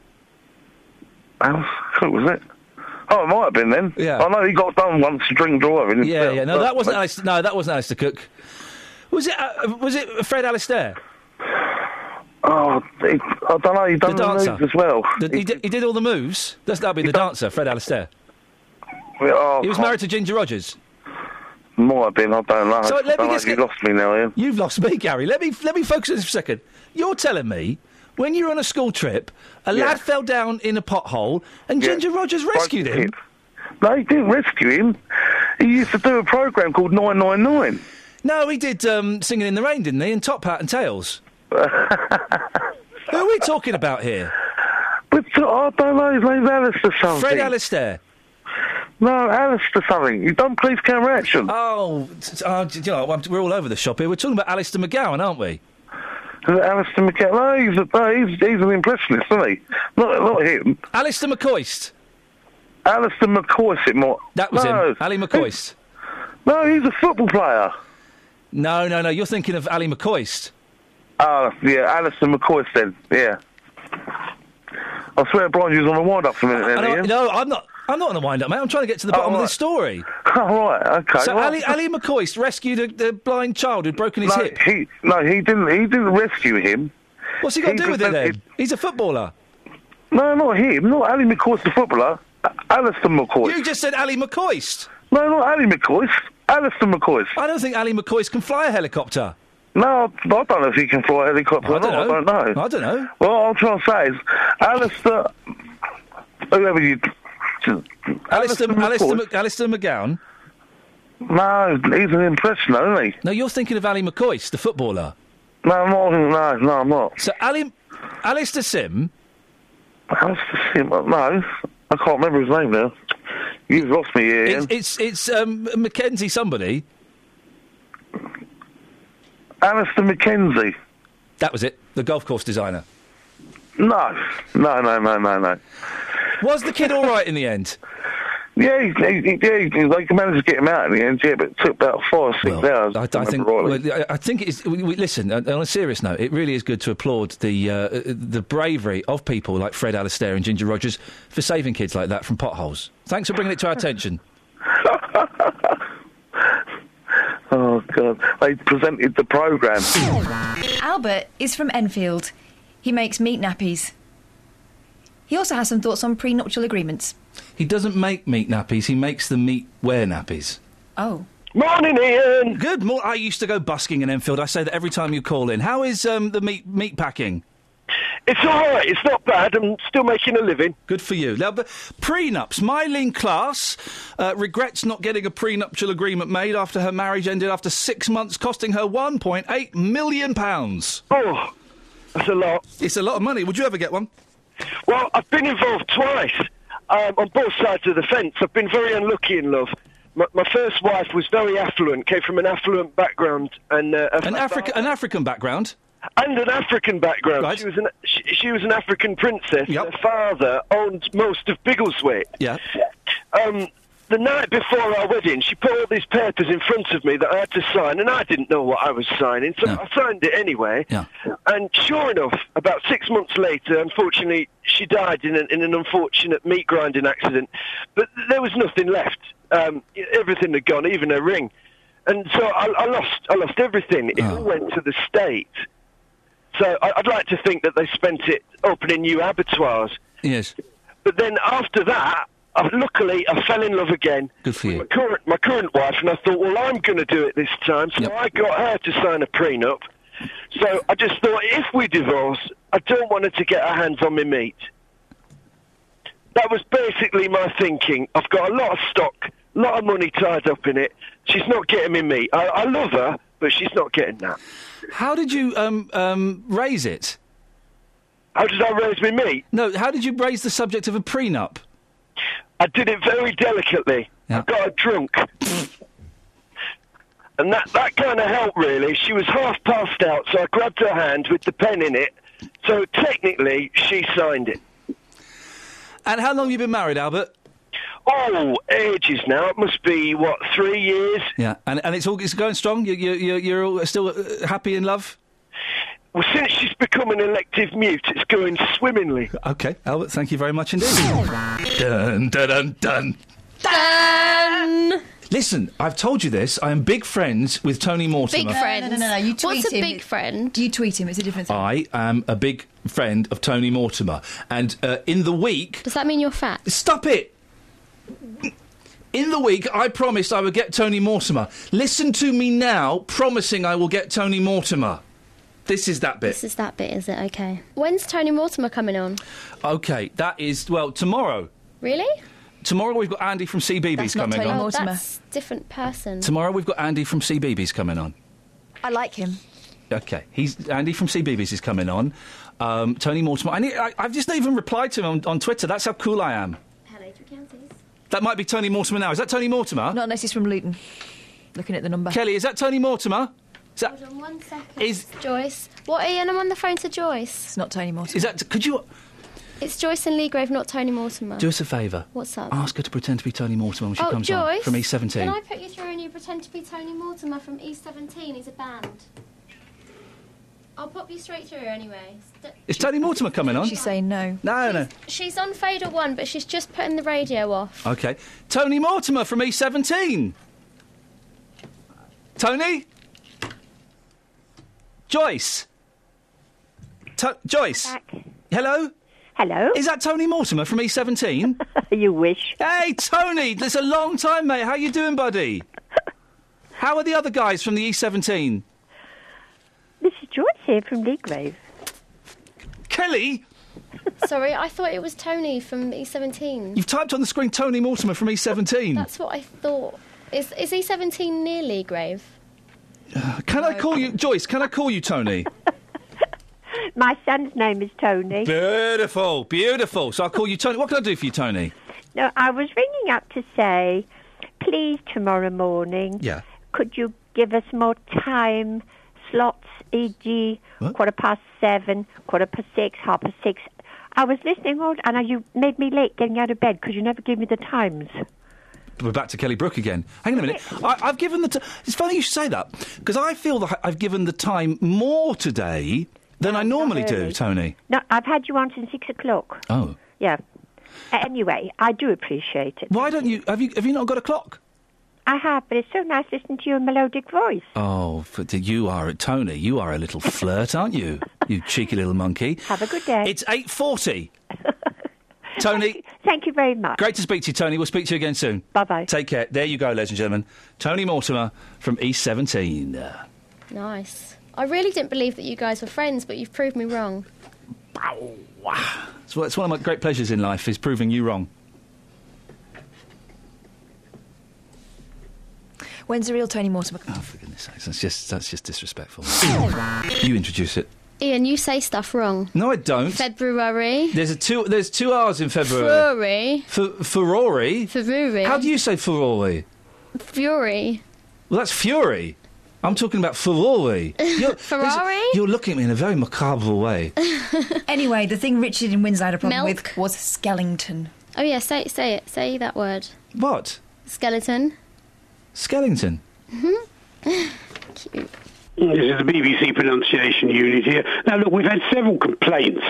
Speaker 11: Alistair Cook was it? Oh, it might have been then.
Speaker 3: Yeah.
Speaker 11: I know he got done once drink driving.
Speaker 3: Yeah, yeah. No, that wasn't Alice. No, that wasn't Alistair Cook. Was it? Uh, was it Fred Alistaire?
Speaker 11: Oh, it, I don't know. He done the
Speaker 3: dancer.
Speaker 11: moves as well.
Speaker 3: The- he, did, he did all the moves. That's that'd be the dancer, Fred Alistaire.
Speaker 11: Oh,
Speaker 3: he was married to Ginger Rogers.
Speaker 11: Might have been. I don't know.
Speaker 3: So let me
Speaker 11: Don't know,
Speaker 3: just
Speaker 11: You
Speaker 3: get-
Speaker 11: lost me now, Ian.
Speaker 3: You've lost me, Gary. Let me let me focus on this for a second. You're telling me when you were on a school trip, a lad fell down in a pothole, and Ginger Rogers rescued him.
Speaker 11: No, he didn't rescue him. He used to do a program called Nine Nine Nine.
Speaker 3: No, he did um, singing in the rain, didn't he? And top hat and tails. Who are we talking about here?
Speaker 11: But uh, I don't know. His name's Alistair something.
Speaker 3: Fred Alistair.
Speaker 11: No, Alistair something. You done police camera action.
Speaker 3: Oh, t- t- oh, d- you know, I'm- we're all over the shop here. We're talking about Alistair McGowan, aren't we?
Speaker 11: Is it Uh, Alistair McKay? No, he's, a, no, he's, he's an impressionist, isn't he? Not, not him.
Speaker 3: Alistair McCoist.
Speaker 11: Alistair McCoist, it might.
Speaker 3: That was
Speaker 11: no.
Speaker 3: him, Ali McCoist.
Speaker 11: No, he's a football player.
Speaker 3: No, no, no. You're thinking of Ali McCoist.
Speaker 11: Oh, yeah, Alistair McCoist then, yeah. I swear Brian, you was on a wind-up for a minute
Speaker 3: I
Speaker 11: then,
Speaker 3: don't-
Speaker 11: Ian.
Speaker 3: no, I'm not. I'm not on a wind up, mate. I'm trying to get to the bottom of
Speaker 11: right.
Speaker 3: this story.
Speaker 11: All right, okay.
Speaker 3: So
Speaker 11: well-
Speaker 3: Ali, Ali McCoist rescued a, a blind child who'd broken his
Speaker 11: no,
Speaker 3: hip.
Speaker 11: He, no, he didn't, he didn't rescue him.
Speaker 3: What's he got to do with it then?
Speaker 11: presented-
Speaker 3: He's a footballer.
Speaker 11: No, not him, not Ali McCoist the footballer. A- Alistair McCoist.
Speaker 3: You just said Ali McCoist.
Speaker 11: No, not Ali McCoist. Alistair McCoist.
Speaker 3: I don't think Ali McCoist can fly a helicopter.
Speaker 11: No, I don't know if he can fly a helicopter
Speaker 3: I
Speaker 11: or
Speaker 3: don't
Speaker 11: not. I
Speaker 3: know.
Speaker 11: don't know.
Speaker 3: I don't know.
Speaker 11: Well, all I'm trying to say is, Alistair, whoever you...
Speaker 3: Alistair,
Speaker 11: McCoist.
Speaker 3: Alistair, Mc- Alistair McGowan.
Speaker 11: No, he's an impressioner, isn't he?
Speaker 3: No, you're thinking of Ali McCoist, the footballer.
Speaker 11: No, I'm not. No, no, I'm not.
Speaker 3: So Ali, Alistair Sim.
Speaker 11: Alistair Sim. No, I can't remember his name now. You've lost me here. Ian.
Speaker 3: It's it's, it's um, Mackenzie somebody.
Speaker 11: Alistair McKenzie.
Speaker 3: That was it. The golf course designer.
Speaker 11: No, no, no, no, no, no.
Speaker 3: Was the kid all right in the end?
Speaker 11: Yeah, he, he, he, yeah, he, they managed to get him out in the end. Yeah, but it took about four or six hours.
Speaker 3: I, I think. well, I- I think it's. We, we- listen, uh, on a serious note, it really is good to applaud the uh, uh, the bravery of people like Fred Alistair and Ginger Rogers for saving kids like that from potholes. Thanks for bringing it to our attention.
Speaker 11: Oh God! They presented the program.
Speaker 4: Albert is from Enfield. He makes meat nappies. He also has some thoughts on prenuptial agreements.
Speaker 3: He doesn't make meat nappies. He makes the meat wear nappies.
Speaker 4: Oh.
Speaker 3: Morning, Ian. Good morning. I used to go busking in Enfield. I say that every time you call in. How is um, the meat meat packing?
Speaker 12: It's all right. It's not bad. I'm still making a living.
Speaker 3: Good for you. Now, but prenups. Mylene Class uh, regrets not getting a prenuptial agreement made after her marriage ended after six months, costing her 1.8 million pounds.
Speaker 12: Oh, that's a lot.
Speaker 3: It's a lot of money. Would you ever get one?
Speaker 12: Well, I've been involved twice um, on both sides of the fence. I've been very unlucky in love. My, my first wife was very affluent, came from an affluent background, and uh,
Speaker 3: An Africa, an African background.
Speaker 12: and an African background. She was an she, she was an African princess. Her father owned most of Biggleswick.
Speaker 3: Yeah.
Speaker 12: Um, the night before our wedding, she put all these papers in front of me that I had to sign, and I didn't know what I was signing, so I signed it anyway. And sure enough, about six months later, unfortunately, she died in an, in an unfortunate meat grinding accident. But there was nothing left. Um, everything had gone, even her ring. And so I, I lost, I lost everything. It all went to the state. So I, I'd like to think that they spent it opening new abattoirs.
Speaker 3: Yes.
Speaker 12: But then after that, I, luckily, I fell in love again.
Speaker 3: Good for you.
Speaker 12: My current, my current wife, and I thought, well, I'm going to do it this time. So I got her to sign a prenup. So I just thought, if we divorce, I don't want her to get her hands on my meat. That was basically my thinking. I've got a lot of stock, a lot of money tied up in it. She's not getting me meat. I, I love her, but she's not getting that.
Speaker 3: How did you um, um, raise it?
Speaker 12: How did I raise my meat?
Speaker 3: No, how did you raise the subject of a prenup?
Speaker 12: I did it very delicately. I got her drunk. and that, that kind of helped, really. She was half passed out, so I grabbed her hand with the pen in it. So technically, she signed it.
Speaker 3: And how long you been married, Albert?
Speaker 12: Oh, ages now. It must be, what, three years?
Speaker 3: Yeah, and, and it's all it's going strong. You, you, you, you're all still uh, happy in love.
Speaker 12: Well, since she's become an elective mute, it's going swimmingly.
Speaker 3: Okay, Albert, thank you very much indeed. dun, dun, dun, dun.
Speaker 13: Done.
Speaker 3: Listen, I've told you this. I am big friends with Tony Mortimer.
Speaker 13: Big friends.
Speaker 4: No, no, no, no, you tweet
Speaker 13: What's a
Speaker 4: him.
Speaker 13: big friend?
Speaker 4: Do you tweet him? It's a different thing.
Speaker 3: I am a big friend of Tony Mortimer. And uh, in the week.
Speaker 2: Does that mean you're fat?
Speaker 3: Stop it! In the week, I promised I would get Tony Mortimer. Listen to me now, promising I will get Tony Mortimer. This is that bit.
Speaker 2: This is that bit, is it? Okay. When's Tony Mortimer coming on?
Speaker 3: Okay, that is well tomorrow.
Speaker 2: Really?
Speaker 3: Tomorrow we've got Andy from CBeebies coming on.
Speaker 2: Oh, that's different person.
Speaker 3: Tomorrow we've got Andy from CBeebies coming on.
Speaker 4: I like him.
Speaker 3: Okay, he's Andy from CBeebies is coming on. Um, Tony Mortimer. I, need, I I've just not even replied to him on, on Twitter. That's how cool I am.
Speaker 2: Hello, two counties.
Speaker 3: That might be Tony Mortimer now. Is that Tony Mortimer?
Speaker 4: Not unless he's from Luton. Looking at the number.
Speaker 3: Kelly, is that Tony Mortimer? Is that
Speaker 2: Hold on one second.
Speaker 3: Is-
Speaker 2: Joyce? What? Ian, I'm on the phone to Joyce. It's
Speaker 4: not Tony Mortimer.
Speaker 3: is that? Could you
Speaker 2: It's Joyce and Lee Grave, not Tony
Speaker 4: Uh.
Speaker 2: Mortimer.
Speaker 3: do us a favour?
Speaker 2: What's up?
Speaker 3: Ask her to pretend to be Tony Mortimer when she
Speaker 2: oh,
Speaker 3: comes
Speaker 2: Joyce.
Speaker 3: on from E E17.
Speaker 2: Can I put you through and you pretend to be Tony Mortimer from E17? He's a band. I'll pop you straight through anyway. St-
Speaker 3: Is Tony Mortimer coming on?
Speaker 2: She's
Speaker 4: saying no.
Speaker 3: No, no.
Speaker 2: She's on fader one, but she's just putting the radio off.
Speaker 3: Okay. Tony Mortimer from E E17. Tony? Joyce? To- Joyce? Hello?
Speaker 14: Hello?
Speaker 3: Is that Tony Mortimer from E17?
Speaker 14: you wish.
Speaker 3: Hey, Tony! It's a long time, mate. How you doing, buddy? How are the other guys from the E E17?
Speaker 14: This is George here from Leagrave.
Speaker 3: Kelly?
Speaker 2: Sorry, I thought it was Tony from E E17.
Speaker 3: You've typed on the screen Tony Mortimer from E E17.
Speaker 2: That's what I thought. Is, is E E17 nearly grave?
Speaker 3: Can I call you... Joyce, can I call you Tony?
Speaker 14: My son's name is Tony.
Speaker 3: beautiful, beautiful. So I'll call you Tony. What can I do for you, Tony?
Speaker 14: No, I was ringing up to say, please, tomorrow morning,
Speaker 3: Yeah.
Speaker 14: could you give us more time slots, e.g., quarter past seven, quarter past six, half past six? I was listening all, and you made me late getting out of bed because you never gave me the times.
Speaker 3: We're back to Kelly Brook again. Hang on a minute. I, I've given the. T- it's funny you should say that because I feel that I've given the time more today than I normally do,
Speaker 14: really.
Speaker 3: Tony.
Speaker 14: No, I've had you on since six o'clock.
Speaker 3: Oh,
Speaker 14: Yeah. A- Anyway, I do appreciate it.
Speaker 3: why don't you? Have you have you not got a clock?
Speaker 14: I have, but it's so nice listening to your melodic voice.
Speaker 3: Oh, but you are Tony. You are a little flirt, aren't you? You cheeky little monkey.
Speaker 14: Have a good day.
Speaker 3: It's eight forty. Tony,
Speaker 14: Thank you very much.
Speaker 3: great to speak to you, Tony. We'll speak to you again soon.
Speaker 14: Bye bye.
Speaker 3: Take care. There you go, ladies and gentlemen. Tony Mortimer from East Seventeen.
Speaker 2: Nice. I really didn't believe that you guys were friends, but you've proved me wrong.
Speaker 3: It's, one- it's one of my great pleasures in life is proving you wrong.
Speaker 4: When's the real Tony Mortimer?
Speaker 3: For goodness sakes, that's just that's just disrespectful. you introduce it.
Speaker 2: Ian, you say stuff wrong.
Speaker 3: No, I don't.
Speaker 2: February.
Speaker 3: There's a two. There's two R's in February.
Speaker 2: Fury.
Speaker 3: F- Ferrari.
Speaker 2: Fury.
Speaker 3: How do you say Ferrari?
Speaker 2: Fury.
Speaker 3: Well, that's Fury. I'm talking about Ferrari. You're,
Speaker 4: Ferrari?
Speaker 3: You're looking at me in a very macabre way.
Speaker 4: anyway, the thing Richard in Windsor had a problem
Speaker 2: Milk.
Speaker 4: with was Skellington.
Speaker 2: Oh yeah, say say it. Say that word.
Speaker 3: What?
Speaker 2: Skeleton.
Speaker 3: Skellington.
Speaker 2: Cute.
Speaker 15: This is the BBC pronunciation unit here. Now, look, we've had several complaints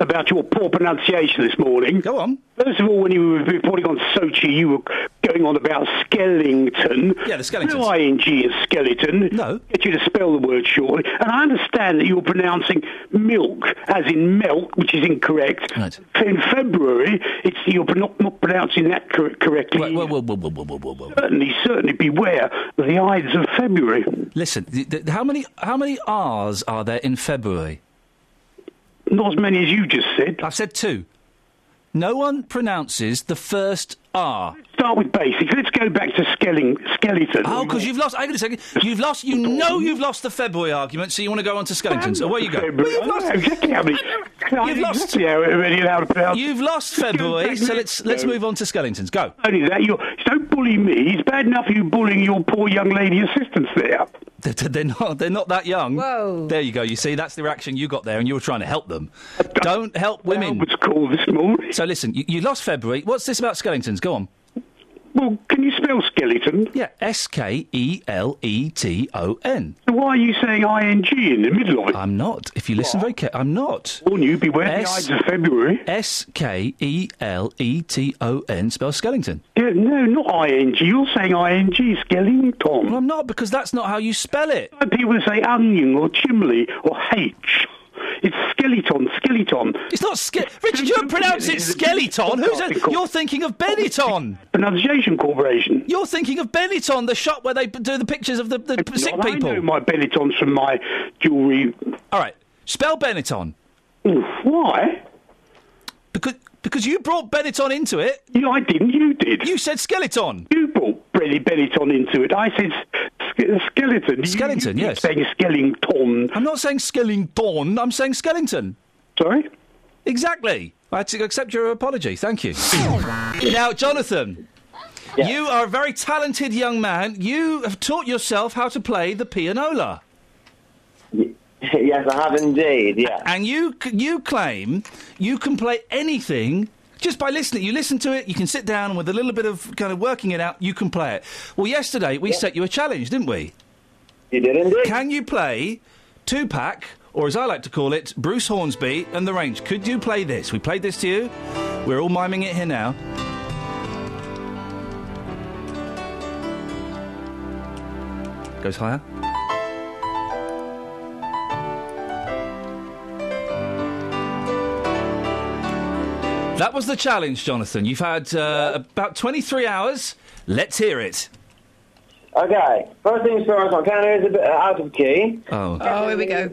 Speaker 15: about your poor pronunciation this morning.
Speaker 3: Go on.
Speaker 15: First of all, when you were reporting on Sochi, you were going on about Skellington.
Speaker 3: Yeah, the Skellington.
Speaker 15: No ing is skeleton. No. Get you to spell the word shortly. And I understand that you're pronouncing milk as in milk, which is incorrect. In February, it's you're pro- not, not pronouncing that cor- correctly. Certainly, certainly beware of the Ides of February.
Speaker 3: Listen, th- th- how many how many R's are there in February?
Speaker 15: Not as many as you just said.
Speaker 3: I've said two. No one pronounces the first R.
Speaker 15: Start with basics. Let's go back to skelling, skeleton.
Speaker 3: Oh, because you've lost. Hang on a second. You've lost. You know you've lost the February argument, so you want to go on to Skellingtons. Away you go. Well, you've lost.
Speaker 15: Exactly how many.
Speaker 3: You've lost.
Speaker 15: Exactly how many allowed to pronounce.
Speaker 3: You've lost February, so let's let's move on to Skellingtons. Go.
Speaker 15: Only that you don't bully me. It's bad enough you bullying your poor young lady assistants there.
Speaker 3: They're, they're not. They're not that young. Whoa. There you go. You see, that's the reaction you got there, and you were trying to help them. Don't help women.
Speaker 15: What's called this morning?
Speaker 3: So listen, you, you lost February. What's this about Skellingtons? Go on.
Speaker 15: Well, can you spell skeleton?
Speaker 3: Yeah, S K E L E T O N.
Speaker 15: So why are you saying ing in the middle of it?
Speaker 3: I'm not. If you listen very carefully, I'm not.
Speaker 15: Warn you, beware the Ides of February.
Speaker 3: S K E L E T O N spells Skellington.
Speaker 15: Yeah, no, not ing. You're saying ing, skeleton. Well,
Speaker 3: I'm not, because that's not how you spell it.
Speaker 15: People say onion or chimney or h. It's skeleton, skeleton.
Speaker 3: It's not ske- Richard, you don't pronounce it skeleton. Who's that? You're thinking of Benetton.
Speaker 15: Pronunciation Corporation.
Speaker 3: You're thinking of Benetton, the shop where they p- do the pictures of the, the p- sick
Speaker 15: Well,
Speaker 3: people.
Speaker 15: I know my Benetton's from my jewellery.
Speaker 3: All right, spell Benetton.
Speaker 15: Why?
Speaker 3: Because because you brought Benetton into it.
Speaker 15: Yeah, I didn't. You did.
Speaker 3: You said skeleton.
Speaker 15: You brought Benny Benetton into it. I said ske- skeleton.
Speaker 3: Skeleton,
Speaker 15: you, you
Speaker 3: yes.
Speaker 15: Saying skeleton.
Speaker 3: I'm not saying skeleton. I'm saying skeleton.
Speaker 15: Sorry.
Speaker 3: Exactly. I had to accept your apology. Thank you. now, Jonathan. You are a very talented young man. You have taught yourself how to play the pianola.
Speaker 16: yes, I have indeed. Yeah.
Speaker 3: And you c- you claim you can play anything just by listening. You listen to it, you can sit down with a little bit of kind of working it out, you can play it. Well, yesterday we set you a challenge, didn't we?
Speaker 16: You did indeed.
Speaker 3: Can you play Tupac, or as I like to call it, Bruce Hornsby and the Range? Could you play this? We played this to you. We're all miming it here now. Goes higher. That was the challenge, Jonathan. You've had uh, about 23 hours. Let's hear it.
Speaker 16: Okay. First things first, my counter is a bit out of key.
Speaker 3: Oh.
Speaker 16: Oh, here we go.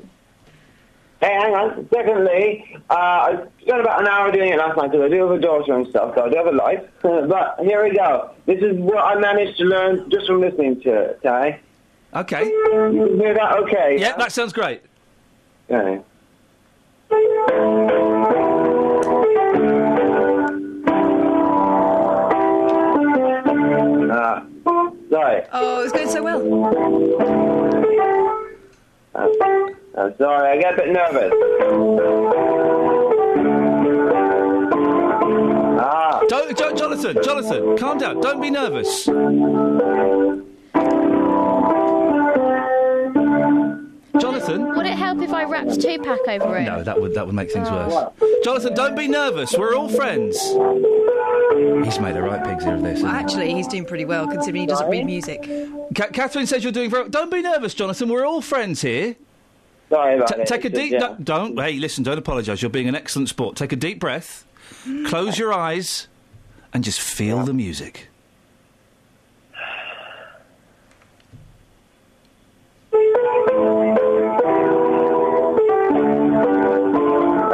Speaker 16: Hey, hang on. Secondly, uh, I spent about an hour doing it last night because I do have a daughter and stuff, so I do have a life. but here we go. This is what I managed to learn just from listening to it, okay?
Speaker 3: Okay.
Speaker 16: You hear that okay?
Speaker 3: Yeah, that sounds great.
Speaker 16: Okay. Ah, sorry.
Speaker 4: Oh, it's going so well.
Speaker 16: I'm sorry, I get a bit nervous. Ah.
Speaker 3: Don't, Jo- Jonathan, Jonathan, calm down. Don't be nervous. Jonathan?
Speaker 2: Would it help if I rapped Tupac over it?
Speaker 3: No, that would that would make things worse. Jonathan, don't be nervous. We're all friends. He's made a right pig's ear of this.
Speaker 17: Well,
Speaker 3: hasn't he?
Speaker 17: actually, he's doing pretty well considering he doesn't read music.
Speaker 3: Ca- Catherine says you're doing very. Don't be nervous, Jonathan. We're all friends here.
Speaker 16: Sorry about
Speaker 3: Ta-
Speaker 16: it.
Speaker 3: Take a
Speaker 16: It's just,
Speaker 3: deep.
Speaker 16: yeah.
Speaker 3: don't- don't. Hey, listen. Don't apologise. You're being an excellent sport. Take a deep breath. Close your eyes, and just feel the music.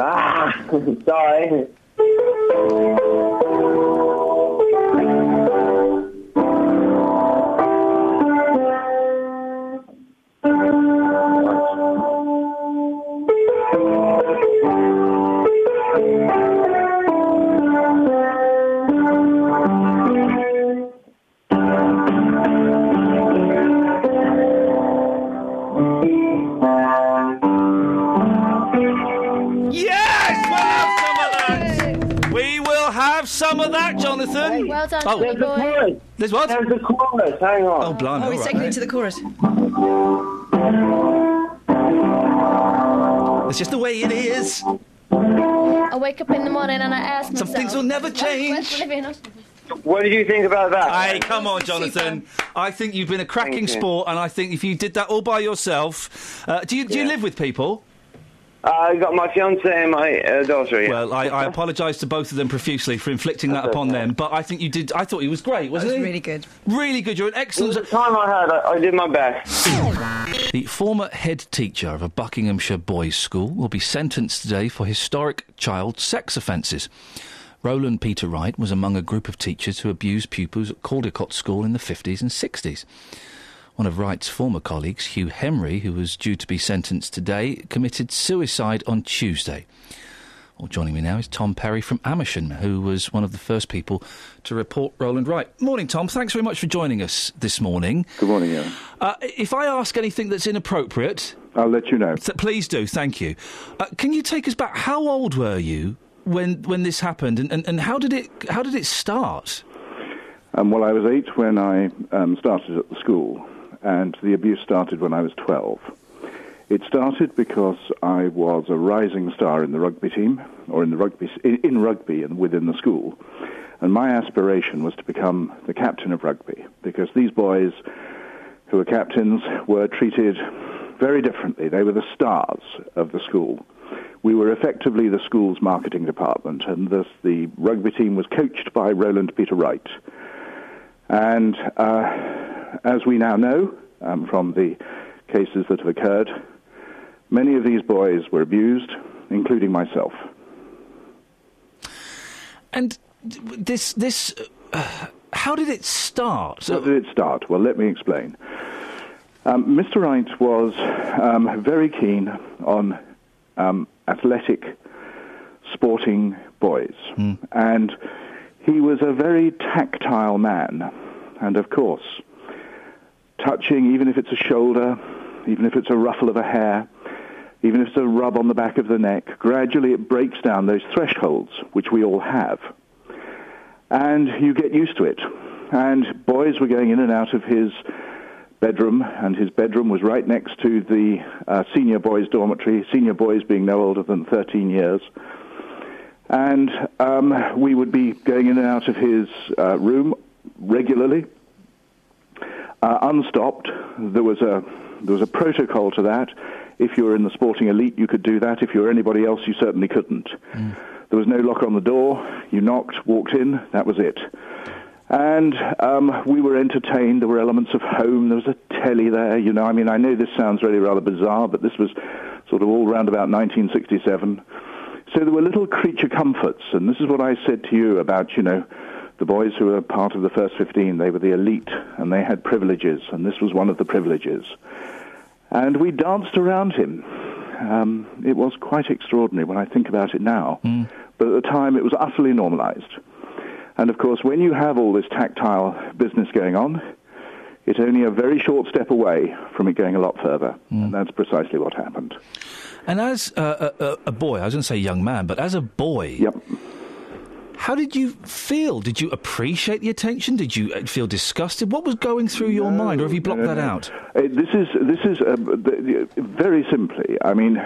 Speaker 16: Ah, sorry.
Speaker 3: Yes, we'll have some of that. We will have some of that, Jonathan.
Speaker 2: Well done,
Speaker 3: Oh.
Speaker 2: little boy.
Speaker 3: There's what?
Speaker 16: There's a chorus. Hang on.
Speaker 3: Oh, blimey.
Speaker 17: Oh, he's
Speaker 3: all
Speaker 17: taking
Speaker 3: right.
Speaker 17: it to the chorus.
Speaker 3: It's just the way it is.
Speaker 2: I wake up in the morning and I ask myself.
Speaker 3: Some things will never
Speaker 2: "Where's-
Speaker 3: change."
Speaker 2: where's Olivia Nutton?
Speaker 16: What did you think about that?
Speaker 3: Hey, come on, Jonathan. I think you've been a cracking
Speaker 16: Thank you.
Speaker 3: sport, and I think if you did that all by yourself, uh, do you do you live with people?
Speaker 16: I got my fiance and my uh, daughter. Yeah.
Speaker 3: Well, I, I apologise to both of them profusely for inflicting that upon them, but I think you did. I thought he was great, wasn't he? Really
Speaker 17: good.
Speaker 3: Really good. You're an excellent.
Speaker 16: The time I had, I, I did my best.
Speaker 3: The former head teacher of a Buckinghamshire boys' school will be sentenced today for historic child sex offences. Roland Peter Wright was among a group of teachers who abused pupils at Caldecott School in the 50s and 60s. One of Wright's former colleagues, Hugh Henry, who was due to be sentenced today, committed suicide on Tuesday. Well, joining me now is Tom Perry from Amersham, who was one of the first people to report Roland Wright. Morning, Tom. Thanks very much for joining us this morning.
Speaker 18: Good morning, Ian.
Speaker 3: Uh, if I ask anything that's inappropriate,
Speaker 18: I'll let you know.
Speaker 3: Th- please do. Thank you. Uh, can you take us back? How old were you when when this happened, and, and, and how did it how did it start?
Speaker 18: Um, well, I was eight when I um, started at the school, and the abuse started when I was 12. It started because I was a rising star in the rugby team, or in the rugby in, in rugby and within the school, and my aspiration was to become the captain of rugby because these boys, who were captains, were treated very differently. They were the stars of the school. We were effectively the school's marketing department, and the, the rugby team was coached by Roland Peter Wright. And uh, as we now know um, from the cases that have occurred, many of these boys were abused, including myself.
Speaker 3: And this, this, uh, how did it start?
Speaker 18: How did it start? Well, let me explain. Um, Mr. Wright was um, very keen on um, athletic, sporting boys, and he was a very tactile man. And of course, touching, even if it's a shoulder, even if it's a ruffle of a hair, even if it's a rub on the back of the neck, gradually it breaks down those thresholds which we all have. And you get used to it. And boys were going in and out of his bedroom, and his bedroom was right next to the uh, senior boys' dormitory, senior boys being no older than 13 years. And um, we would be going in and out of his uh, room regularly, uh, unstopped. There was a there was a protocol to that. If you were in the sporting elite, you could do that. If you were anybody else, you certainly couldn't. There was no lock on the door. You knocked, walked in. That was it. And um, we were entertained. There were elements of home. There was a telly there. You know, I mean, I know this sounds really rather bizarre, but this was sort of all round about 1967. So there were little creature comforts, and this is what I said to you about, you know, the boys who were part of the first 15. They were the elite, and they had privileges, and this was one of the privileges. And we danced around him. Um, it was quite extraordinary when I think about it now, but at the time it was utterly normalised. And of course, when you have all this tactile business going on, it's only a very short step away from it going a lot further. And that's precisely what happened.
Speaker 3: And as uh, a, a, a boy, I was going to say young man, but as a boy, how did you feel? Did you appreciate the attention? Did you uh, feel disgusted? What was going through your mind, or have you blocked that out?
Speaker 18: Uh, this is, this is uh, the, the, very simply, I mean,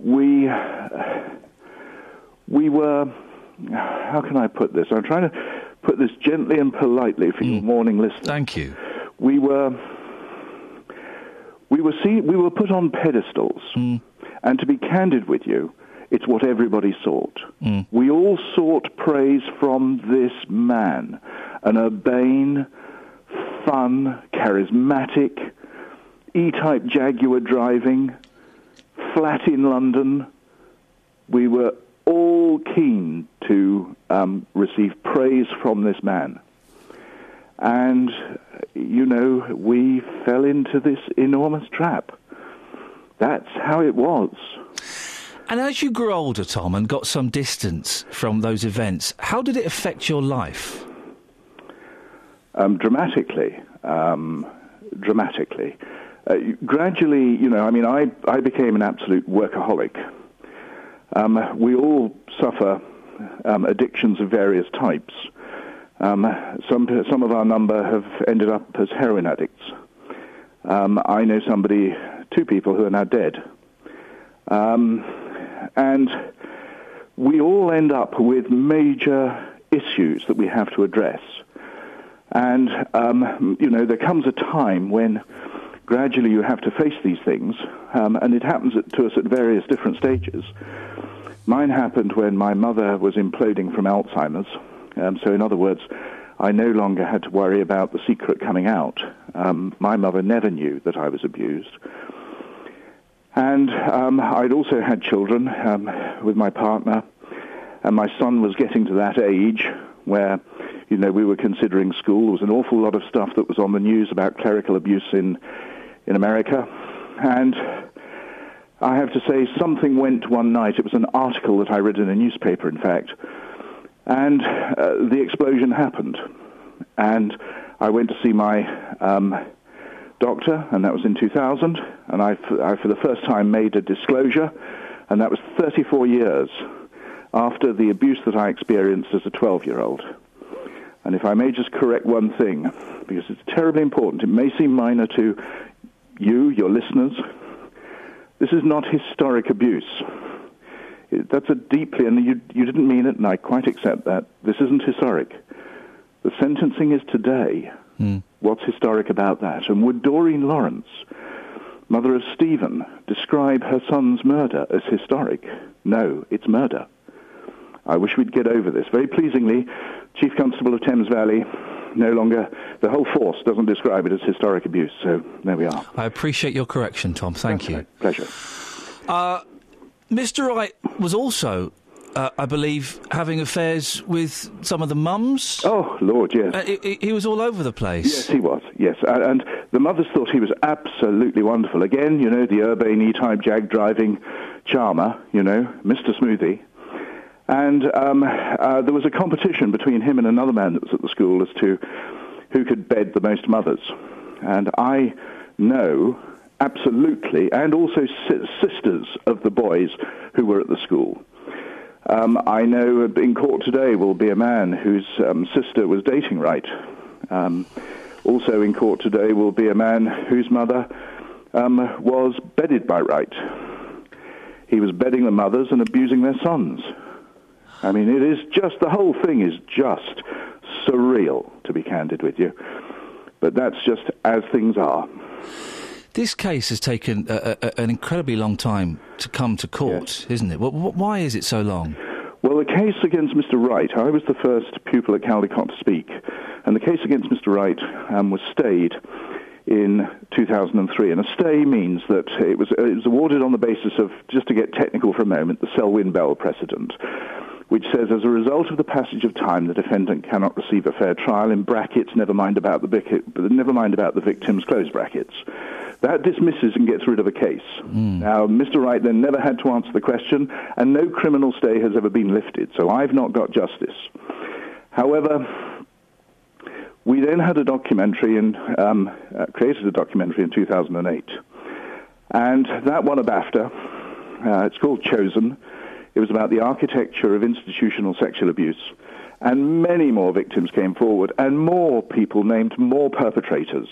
Speaker 18: we, we were, how can I put this? I'm trying to put this gently and politely for your morning listeners.
Speaker 3: Mm. Thank you.
Speaker 18: We were, we were, see, we were put on pedestals.
Speaker 3: Mm,
Speaker 18: And to be candid with you, it's what everybody sought.
Speaker 3: mm.
Speaker 18: We all sought praise from this man, an urbane, fun, charismatic, E-type Jaguar driving, flat in London. We were all keen to um, receive praise from this man. And, you know, we fell into this enormous trap. That's how it was.
Speaker 3: And as you grew older, Tom, and got some distance from those events, how did it affect your life?
Speaker 18: um, dramatically, um, dramatically. Uh, you- gradually, you know, I mean, I, I became an absolute workaholic. Um, we all suffer um, addictions of various types. Um, some, some of our number have ended up as heroin addicts. Um, I know somebody, two people who are now dead. Um, and we all end up with major issues that we have to address. And, um, you know, there comes a time when gradually you have to face these things, um, and it happens at, to us at various different stages. Mine happened when my mother was imploding from Alzheimer's. Um, so, in other words, I no longer had to worry about the secret coming out. Um, my mother never knew that I was abused. And um, I'd also had children um, with my partner, and my son was getting to that age where, you know, we were considering school. There was an awful lot of stuff that was on the news about clerical abuse in, in America. And I have to say, something went one night. It was an article that I read in a newspaper, in fact. And uh, the explosion happened. And I went to see my um, doctor, and that was in 2000. And I, f- I, for the first time, made a disclosure, and that was 34 years after the abuse that I experienced as a 12 year old. And if I may just correct one thing, because it's terribly important, it may seem minor to you, your listeners. This is not historic abuse. It- That's a deeply, and you, you didn't mean it, and I quite accept that. This isn't historic. The sentencing is today. What's historic about that? And would Doreen Lawrence, mother of Stephen, describe her son's murder as historic? No, it's murder. I wish we'd get over this. Very pleasingly, Chief Constable of Thames Valley no longer, the whole force doesn't describe it as historic abuse, so there we are.
Speaker 3: I appreciate your correction, Tom. Thank you.
Speaker 18: Pleasure.
Speaker 3: Uh, Mr. Wright was also, uh, I believe, having affairs with some of the mums.
Speaker 18: Oh, Lord, yes.
Speaker 3: Uh, he- he, he was all over the place.
Speaker 18: Yes, he was. Yes, and, and the mothers thought he was absolutely wonderful. Again, you know, the urbane E-type jag driving charmer, you know, Mr. Smoothie. And um, uh, there was a competition between him and another man that was at the school as to who could bed the most mothers. And I know absolutely, and also si- sisters of the boys who were at the school. Um, I know in court today will be a man whose um, sister was dating right. Um, also in court today will be a man whose mother um, was bedded by right. He was bedding the mothers and abusing their sons. I mean, it is just, the whole thing is just surreal, to be candid with you. But that's just as things are.
Speaker 3: This case has taken a, a, a- an incredibly long time to come to court, isn't it? Wh- wh- why is it so long?
Speaker 18: Well, the case against Mr. Wright, I was the first pupil at Caldecott to speak, and the case against Mr. Wright um, was stayed in 2003. And a stay means that it was, it was awarded on the basis of, just to get technical for a moment, the Selwyn Bell precedent, which says as a result of the passage of time, the defendant cannot receive a fair trial. In brackets, never mind about the vic- never mind about the victims. Close brackets. That dismisses and gets rid of a case. Now, Mr. Wright then never had to answer the question, and no criminal stay has ever been lifted. So I've not got justice. However, we then had a documentary and um, uh, created a documentary in 2008, and that won a BAFTA. Uh, it's called Chosen. It was about the architecture of institutional sexual abuse, and many more victims came forward, and more people named more perpetrators.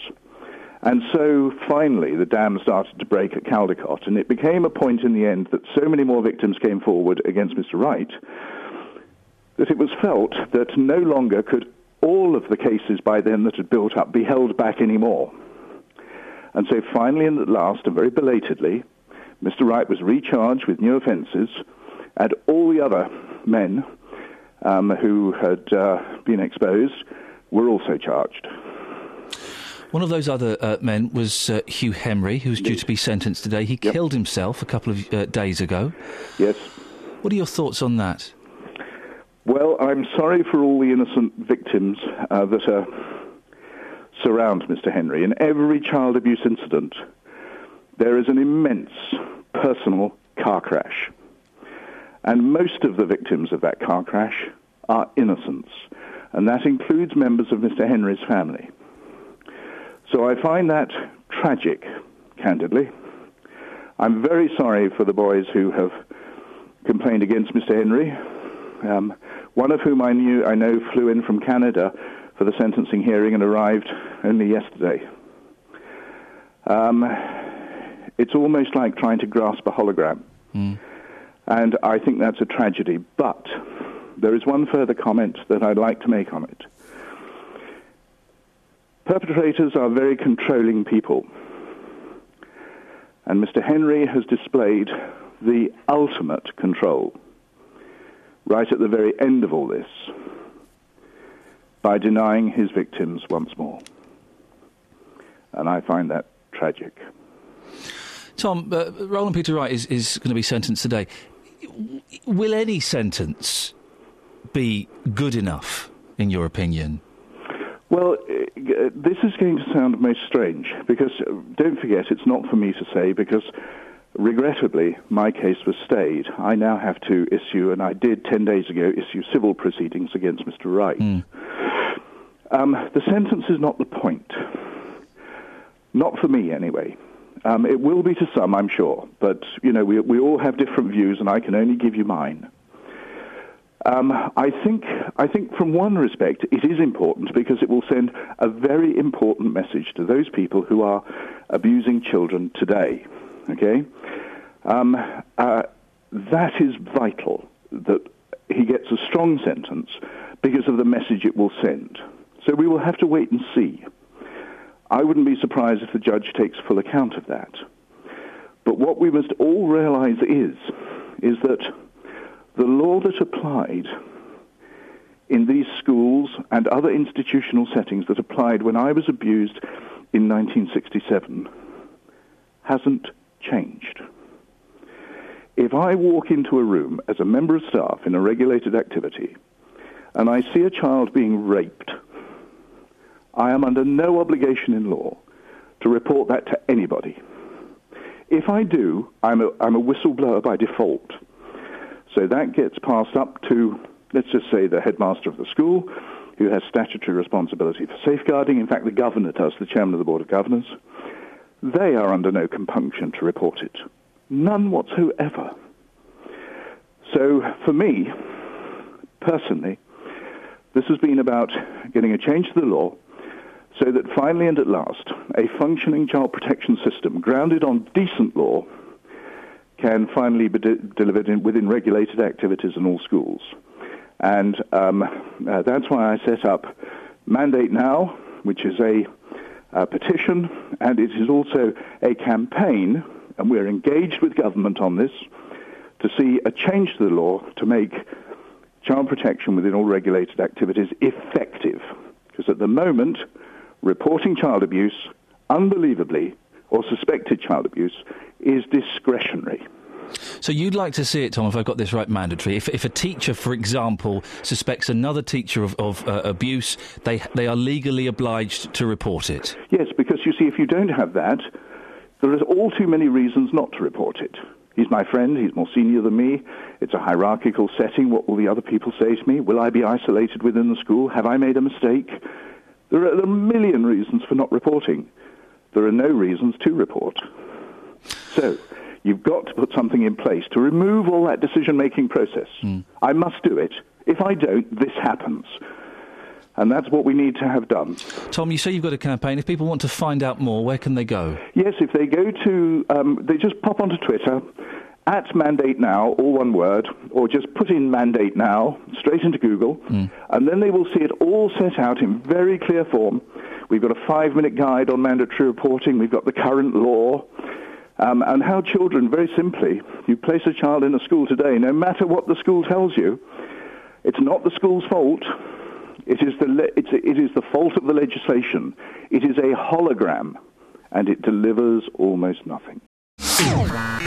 Speaker 18: And so finally, the dam started to break at Caldecott, and it became a point in the end that so many more victims came forward against Mr. Wright that it was felt that no longer could all of the cases by then that had built up be held back anymore. And so finally and at last, and very belatedly, Mr. Wright was recharged with new offences, and all the other men um, who had uh, been exposed were also charged.
Speaker 3: One of those other uh, men was uh, Hugh Henry, who's due to be sentenced today. He killed himself a couple of uh, days ago.
Speaker 18: Yes.
Speaker 3: What are your thoughts on that?
Speaker 18: Well, I'm sorry for all the innocent victims uh, that uh, surround Mr. Henry. In every child abuse incident, there is an immense personal car crash. And most of the victims of that car crash are innocents. And that includes members of Mr. Henry's family. So I find that tragic, candidly. I'm very sorry for the boys who have complained against Mr. Henry um, one of whom I knew I know flew in from Canada for the sentencing hearing and arrived only yesterday. Um, it's almost like trying to grasp a hologram, and I think that's a tragedy. But there is one further comment that I'd like to make on it. Perpetrators are very controlling people, and Mr. Henry has displayed the ultimate control right at the very end of all this by denying his victims once more. And I find that tragic.
Speaker 3: Tom, uh, Roland Peter Wright is, is going to be sentenced today. W- Will any sentence be good enough, in your opinion?
Speaker 18: Well, eh, g- eh, this is going to sound most strange because eh, don't forget, it's not for me to say because regrettably my case was stayed. I now have to issue, and I did 10 days ago, issue civil proceedings against Mr. Wright. Um, the sentence is not the point. Not for me, anyway. Um, it will be to some, I'm sure, but you know we, we all have different views, and I can only give you mine. Um, I think I think from one respect it is important because it will send a very important message to those people who are abusing children today. Okay, um, uh, that is vital that he gets a strong sentence because of the message it will send. So we will have to wait and see. I wouldn't be surprised if the judge takes full account of that. But what we must all realize is is that the law that applied in these schools and other institutional settings that applied when I was abused in 1967 hasn't changed. If I walk into a room as a member of staff in a regulated activity and I see a child being raped, I am under no obligation in law to report that to anybody. If I do, I'm a, I'm a whistleblower by default. So that gets passed up to, let's just say, the headmaster of the school, who has statutory responsibility for safeguarding. In fact, the governor does, the chairman of the board of governors. They are under no compunction to report it. None whatsoever. So for me, personally, this has been about getting a change to the law so that finally and at last, a functioning child protection system grounded on decent law can finally be de- delivered in, within regulated activities in all schools. And um, uh, that's why I set up Mandate Now, which is a, a petition, and it is also a campaign, and we're engaged with government on this, to see a change to the law to make child protection within all regulated activities effective. Because at the moment, reporting child abuse, unbelievably, or suspected child abuse, is discretionary.
Speaker 3: So you'd like to see it, Tom, if I've got this right, mandatory. If, if a teacher, for example, suspects another teacher of, of uh, abuse, they, they are legally obliged to report it.
Speaker 18: Yes, because you see, if you don't have that, there is all too many reasons not to report it. He's my friend, he's more senior than me, it's a hierarchical setting, what will the other people say to me? Will I be isolated within the school? Have I made a mistake? There are a million reasons for not reporting. There are no reasons to report. So, you've got to put something in place to remove all that decision making process.
Speaker 3: Mm.
Speaker 18: I must do it. If I don't, this happens. And that's what we need to have done.
Speaker 3: Tom, you say you've got a campaign. If people want to find out more, where can they go?
Speaker 18: Yes, if they go to, um, they just pop onto Twitter, at Mandate Now, all one word, or just put in Mandate Now straight into Google, and then they will see it all set out in very clear form. We've got a five minute guide on mandatory reporting, we've got the current law. Um, and how children, very simply, you place a child in a school today, no matter what the school tells you, it's not the school's fault. It is the, le- it's it is the fault of the legislation. It is a hologram, and it delivers almost nothing.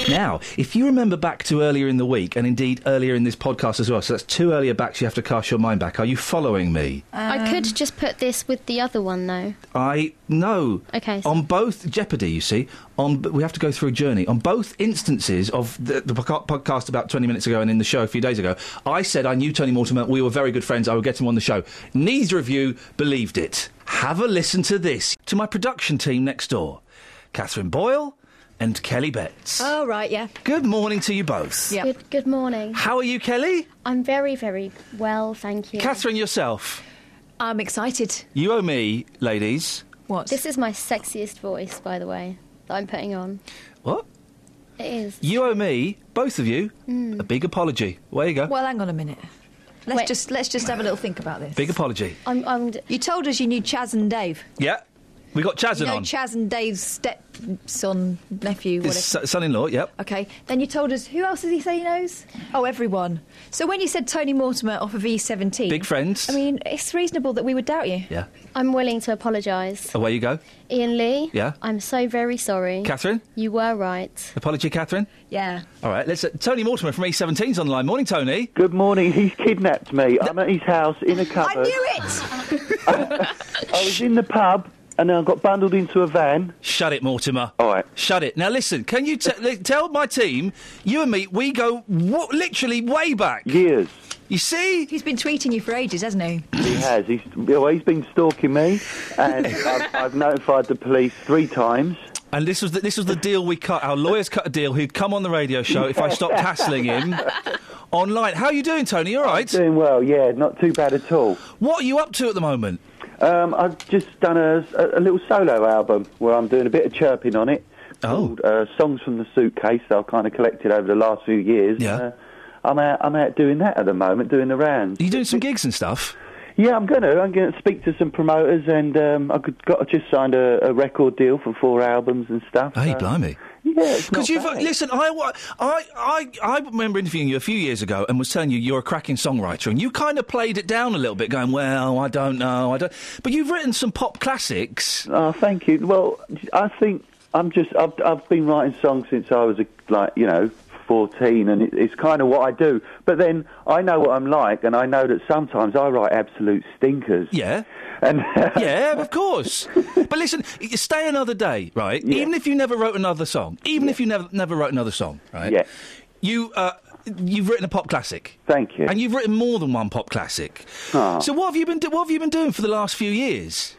Speaker 3: Now, if you remember back to earlier in the week, and indeed earlier in this podcast as well, so that's two earlier backs you have to cast your mind back. Are you following me?
Speaker 2: I could just put this with the other one, though.
Speaker 3: I know.
Speaker 2: Okay, so-
Speaker 3: On both Jeopardy, you see, on we have to go through a journey. On both instances of the, the podca- podcast about twenty minutes ago and in the show a few days ago, I said I knew Tony Mortimer. We were very good friends. I would get him on the show. Neither of you believed it. Have a listen to this to my production team next door, Catherine Boyle and Kelly Betts.
Speaker 13: Oh, right, yeah.
Speaker 3: Good morning to you both.
Speaker 2: Good, good morning.
Speaker 3: How are you, Kelly?
Speaker 2: I'm very, very well, thank you.
Speaker 3: Catherine, yourself.
Speaker 2: I'm excited.
Speaker 3: You owe me, ladies.
Speaker 2: What? This is my sexiest voice, by the way, that I'm putting on.
Speaker 3: What?
Speaker 2: It is.
Speaker 3: You owe me, both of you,
Speaker 2: Mm.
Speaker 3: a big apology. Where you go?
Speaker 17: Well, hang on a minute. Let's just let's just have a little think about this.
Speaker 3: Big apology.
Speaker 17: I'm, I'm you told us you knew Chaz and Dave.
Speaker 3: Yeah. We got
Speaker 17: you
Speaker 3: Chazan
Speaker 17: know
Speaker 3: on.
Speaker 17: Chaz and Dave's stepson, nephew,
Speaker 3: His
Speaker 17: whatever.
Speaker 3: so- son-in-law, yep.
Speaker 17: Okay, then you told us who else does he say he knows? Oh, everyone. So when you said Tony Mortimer off of E17,
Speaker 3: Big friends.
Speaker 17: I mean, it's reasonable that we would doubt you.
Speaker 3: Yeah.
Speaker 2: I'm willing to apologise.
Speaker 3: Away you go.
Speaker 2: Ian Lee?
Speaker 3: Yeah.
Speaker 2: I'm so very sorry.
Speaker 3: Catherine?
Speaker 2: You were right.
Speaker 3: Apology, Catherine.
Speaker 2: Yeah.
Speaker 3: All right, let's. Uh, Tony Mortimer from E17's on the line. Morning, Tony.
Speaker 19: Good morning. He kidnapped me. I'm at his house in a cupboard. I
Speaker 17: knew it.
Speaker 19: I was in the pub and then I got bundled into a van.
Speaker 3: Shut it, Mortimer. All right. Shut it. Now, listen, can you t- li- tell my team, you and me, we go w- literally way back.
Speaker 19: Years.
Speaker 3: You see?
Speaker 17: He's been tweeting you for ages, hasn't he?
Speaker 19: He has. He's, well, he's been stalking me, and I've, I've notified the police three times.
Speaker 3: And this was the, this was the deal we cut. Our lawyers cut a deal. He'd come on the radio show if I stopped hassling him online. How are you doing, Tony? You all right?
Speaker 20: Doing well, yeah, not too bad at all.
Speaker 3: What are you up to at the moment?
Speaker 20: Um, I've just done a, a little solo album where I'm doing a bit of chirping on it.
Speaker 3: Oh.
Speaker 20: Called, uh, Songs from the Suitcase that I've kind of collected over the last few years.
Speaker 3: Yeah.
Speaker 20: Uh, I'm out, I'm out doing that at the moment, doing the rounds.
Speaker 3: you doing some gigs and stuff?
Speaker 20: Yeah, I'm going to. I'm going to speak to some promoters, and um, I could, got I just signed a, a record deal for four albums and stuff. Uh,
Speaker 3: Hey,
Speaker 20: so-
Speaker 3: blimey.
Speaker 20: Yeah,
Speaker 3: Because you've listen, I, wa- I, I, I remember interviewing you a few years ago and was telling you you're a cracking songwriter, and you kind of played it down a little bit, going, "Well, I don't know, I don't." But you've written some pop classics.
Speaker 20: Oh, thank you. Well, I think I'm just I've I've been writing songs since I was a, like you know 14, and it, it's kind of what I do. But then I know what I'm like, and I know that sometimes I write absolute stinkers.
Speaker 3: Yeah.
Speaker 20: And
Speaker 3: yeah, of course. But listen, y- stay another day, right? Even if you never wrote another song, even if you never never wrote another song, right? Yeah. You uh, you've written a pop classic.
Speaker 20: Thank you.
Speaker 3: And you've written more than one pop classic.
Speaker 20: Ah.
Speaker 3: So what have you been do- what have you been doing for the last few years?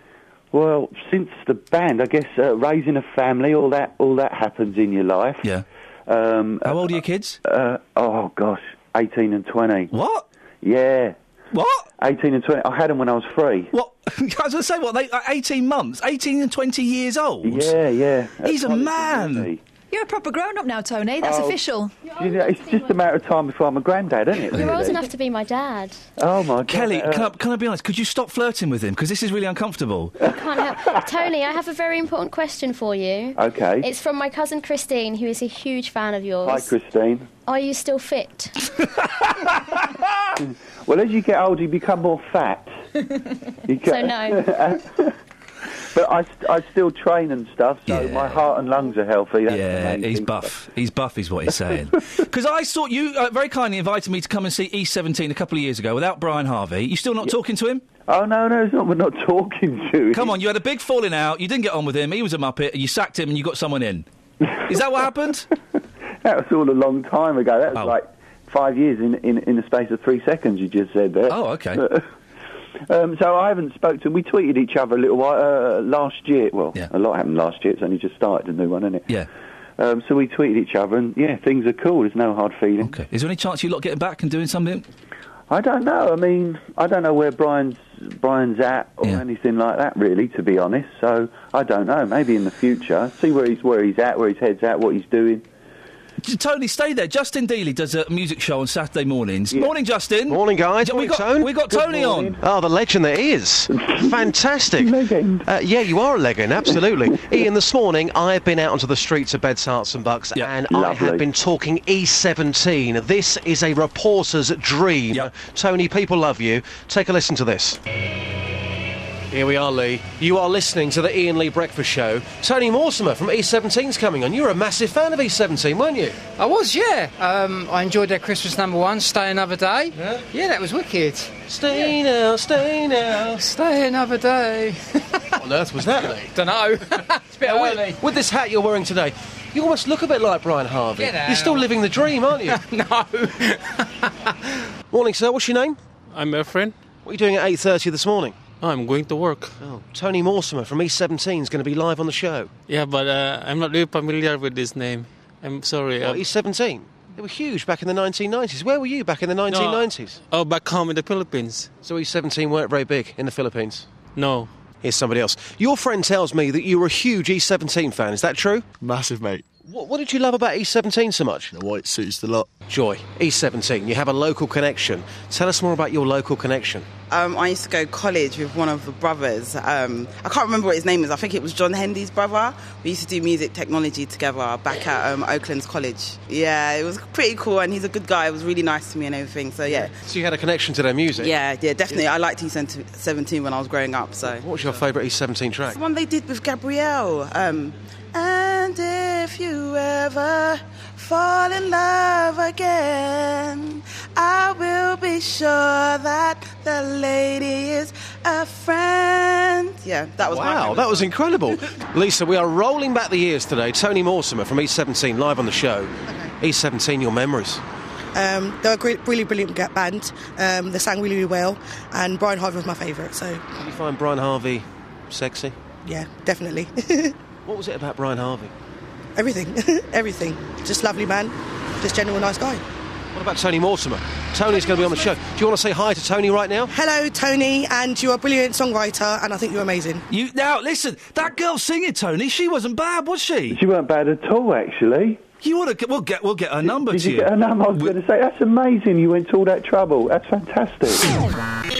Speaker 20: Well, since the band, I guess uh, raising a family, all that, all that happens in your life.
Speaker 3: Yeah.
Speaker 20: Um,
Speaker 3: How old are your kids?
Speaker 20: Uh, oh gosh, eighteen and twenty.
Speaker 3: What?
Speaker 20: Yeah.
Speaker 3: What?
Speaker 20: Eighteen and twenty. I had them when I was three.
Speaker 3: What I was going to say? What they are eighteen months, eighteen and twenty years old.
Speaker 20: Yeah, yeah.
Speaker 3: He's a
Speaker 20: That's
Speaker 3: man.
Speaker 17: You're a proper grown up now, Tony. That's
Speaker 20: Oh.
Speaker 17: official.
Speaker 20: You know, it's just a matter of time before I'm a granddad, isn't it?
Speaker 2: You're old
Speaker 20: really?
Speaker 2: enough to be my dad.
Speaker 20: Oh my God.
Speaker 3: Kelly,
Speaker 20: Uh,
Speaker 3: can I, can I be honest? Could you stop flirting with him? Because this is really uncomfortable.
Speaker 2: Can't help. Tony, I have a very important question for you.
Speaker 3: Okay.
Speaker 2: It's from my cousin Christine, who is a huge fan of yours.
Speaker 20: Hi, Christine.
Speaker 2: Are you still fit? Ah!
Speaker 20: Well, as you get older, you become more fat. You
Speaker 2: So
Speaker 20: get-
Speaker 2: no.
Speaker 20: but I, st- I still train and stuff, so my heart and lungs are healthy. That's the
Speaker 3: Yeah,
Speaker 20: main
Speaker 3: he's
Speaker 20: thing.
Speaker 3: buff. He's buff, is what he's saying. Because I saw you uh, very kindly invited me to come and see E17 a couple of years ago without Brian Harvey. You still not talking to him?
Speaker 20: Oh no, no, it's not. We're not talking to.
Speaker 3: Come on, you had a big falling out. You didn't get on with him. He was a muppet. You sacked him, and you got someone in. Is that what happened? Oh.
Speaker 20: That was all a long time ago. That was like five years in, in, in the space of three seconds. You just said that.
Speaker 3: Oh, okay.
Speaker 20: um, so I haven't spoke to. We tweeted each other a little while uh, last year. Well, a lot happened last year. It's only just started a new one, isn't it?
Speaker 3: Yeah.
Speaker 20: Um, so we tweeted each other, and yeah, things are cool. There's no hard feelings.
Speaker 3: Okay. Is there any chance you lot getting back and doing something?
Speaker 20: I don't know. I mean, I don't know where Brian's Brian's at or anything like that, really. To be honest, so I don't know. Maybe in the future, see where he's where he's at, where his head's at, what he's doing.
Speaker 3: J- Tony, stay there. Justin Deely does a music show on Saturday mornings. Morning, Justin. Morning, guys. We got we got Tony on.
Speaker 21: Oh, the legend that he is. Fantastic.
Speaker 20: legend.
Speaker 21: Uh, yeah, you are a legend, absolutely. Ian, this morning I have been out onto the streets of Beds, Hearts and Bucks and I have
Speaker 20: Lovely.
Speaker 21: been talking E17. This is a reporter's dream. Tony, people love you. Take a listen to this. Here we are, Lee. You are listening to the Ian Lee Breakfast Show. Tony Mortimer from E17's coming on. You were a massive fan of E17, weren't you?
Speaker 22: I was, yeah. Um, I enjoyed their Christmas number one, Stay Another Day. Yeah, that was wicked.
Speaker 21: Stay now, stay now.
Speaker 22: Stay another day.
Speaker 21: What on earth was that, Lee? Uh,
Speaker 22: Dunno. it's a bit early.
Speaker 21: With this hat you're wearing today, you almost look a bit like Brian Harvey.
Speaker 22: Get out.
Speaker 21: You're still living the dream, aren't you?
Speaker 22: no.
Speaker 21: morning, sir. What's your name? I'm Efren. What are you doing at 8.30 this morning? I'm going to work. Oh, Tony Mortimer from E17 is going to be live on the show.
Speaker 23: Yeah, but uh, I'm not really familiar with this name. I'm sorry. um,
Speaker 21: What, E17? They were huge back in the 1990s. Where were you back in the 1990s?
Speaker 23: oh, back home in the Philippines.
Speaker 21: So E17 weren't very big in the Philippines? No. Here's somebody else. Your friend tells me that you were a huge E17 fan. Is that true? Massive, mate. What, what did you love about E17 so much? The white suits the lot. Joy, E17, you have a local connection. Tell us more about your local connection.
Speaker 24: Um, I used to go college with one of the brothers. Um, I can't remember what his name is. I think it was John Hendy's brother. We used to do music technology together back at um, Oakland's College. Yeah, it was pretty cool, and he's a good guy. He was really nice to me and everything. So yeah,
Speaker 21: So you had a connection to their music.
Speaker 24: yeah, yeah, definitely. I liked E17 when I was growing up. So
Speaker 21: What was your favourite E17
Speaker 24: It's
Speaker 21: track?
Speaker 24: the one they did with Gabrielle. Um, and if you ever fall in love again, I will be sure that the lady is a friend. Yeah, that was my
Speaker 21: Wow,
Speaker 24: favourite
Speaker 21: that was
Speaker 24: song.
Speaker 21: incredible. Lisa, we are rolling back the years today. Tony Mortimer from E17 live on the show. E17, your memories.
Speaker 25: Um, they were a great, really brilliant ga- band. Um, they sang really, really well, and Brian Harvey was my favourite. So,
Speaker 21: Did you find Brian Harvey sexy?
Speaker 25: yeah, definitely.
Speaker 21: What was it about Brian Harvey?
Speaker 25: Everything, everything. Just lovely man, just general nice guy.
Speaker 21: What about Tony Mortimer? Tony's going to be on the show. Do you want to say hi to Tony right now?
Speaker 25: Hello, Tony, and you are a brilliant songwriter, and I think you're amazing.
Speaker 3: You now listen. That girl singing, Tony. She wasn't bad, was she?
Speaker 19: She weren't bad at all, actually.
Speaker 3: You want to? We'll get. We'll get her number
Speaker 19: Did
Speaker 3: to
Speaker 19: you get her number? I was going to say that's amazing. You went to all that trouble. That's fantastic.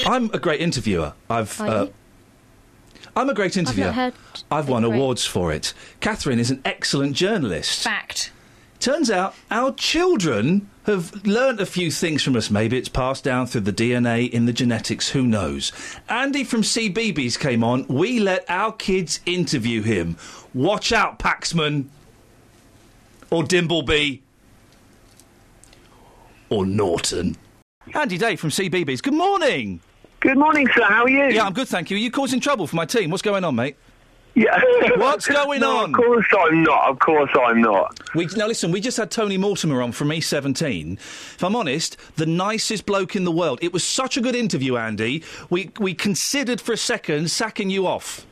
Speaker 3: I'm a great interviewer. I've.
Speaker 19: Are
Speaker 3: Uh,
Speaker 19: you?
Speaker 3: I'm a great interviewer.
Speaker 19: heard
Speaker 3: I've won awards for it. Catherine is an excellent journalist.
Speaker 1: Fact.
Speaker 3: Turns out our children have learnt a few things from us. Maybe it's passed down through the DNA in the genetics, who knows? Andy from CBeebies came on. We let our kids interview him. Watch out, Paxman. Or Dimbleby. Or Norton. Andy Day from CBeebies. Good morning.
Speaker 5: Good morning, sir. How are you?
Speaker 3: Yeah, I'm good, thank you. Are you causing trouble for my team? What's going on, mate?
Speaker 5: Yeah.
Speaker 3: What's going
Speaker 5: No,
Speaker 3: on?
Speaker 5: Of course I'm not. Of course I'm not.
Speaker 3: We, now, listen, we just had Tony Mortimer on from E17. If I'm honest, the nicest bloke in the world. It was such a good interview, Andy. We, we considered for a second sacking you off.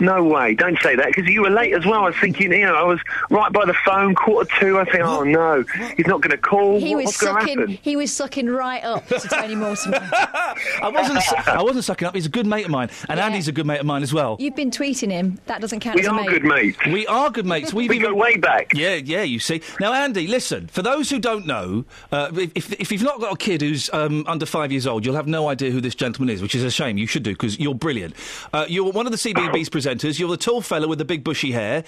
Speaker 5: No way. Don't say that because you were late as well. I was thinking, you know, I was right by the phone, quarter two. I think, oh no, he's not going to call.
Speaker 17: He was
Speaker 5: What- What's going to
Speaker 17: sucking.
Speaker 5: happen?
Speaker 17: He was sucking right up to Tony Mortimer.
Speaker 3: I wasn't, su- I wasn't sucking up. He's a good mate of mine. And Andy's a good mate of mine as well.
Speaker 17: You've been tweeting him. That doesn't count as a mate.
Speaker 5: mates.
Speaker 3: We are good mates. We've
Speaker 5: We go way back.
Speaker 3: Yeah, yeah. You see. Now, Andy, listen. For those who don't know, uh, if, if if you've not got a kid who's um, under five years old, you'll have no idea who this gentleman is, which is a shame. You should do because you're brilliant. Uh, you're one of the CBBS presenters. You're the tall fella with the big bushy hair.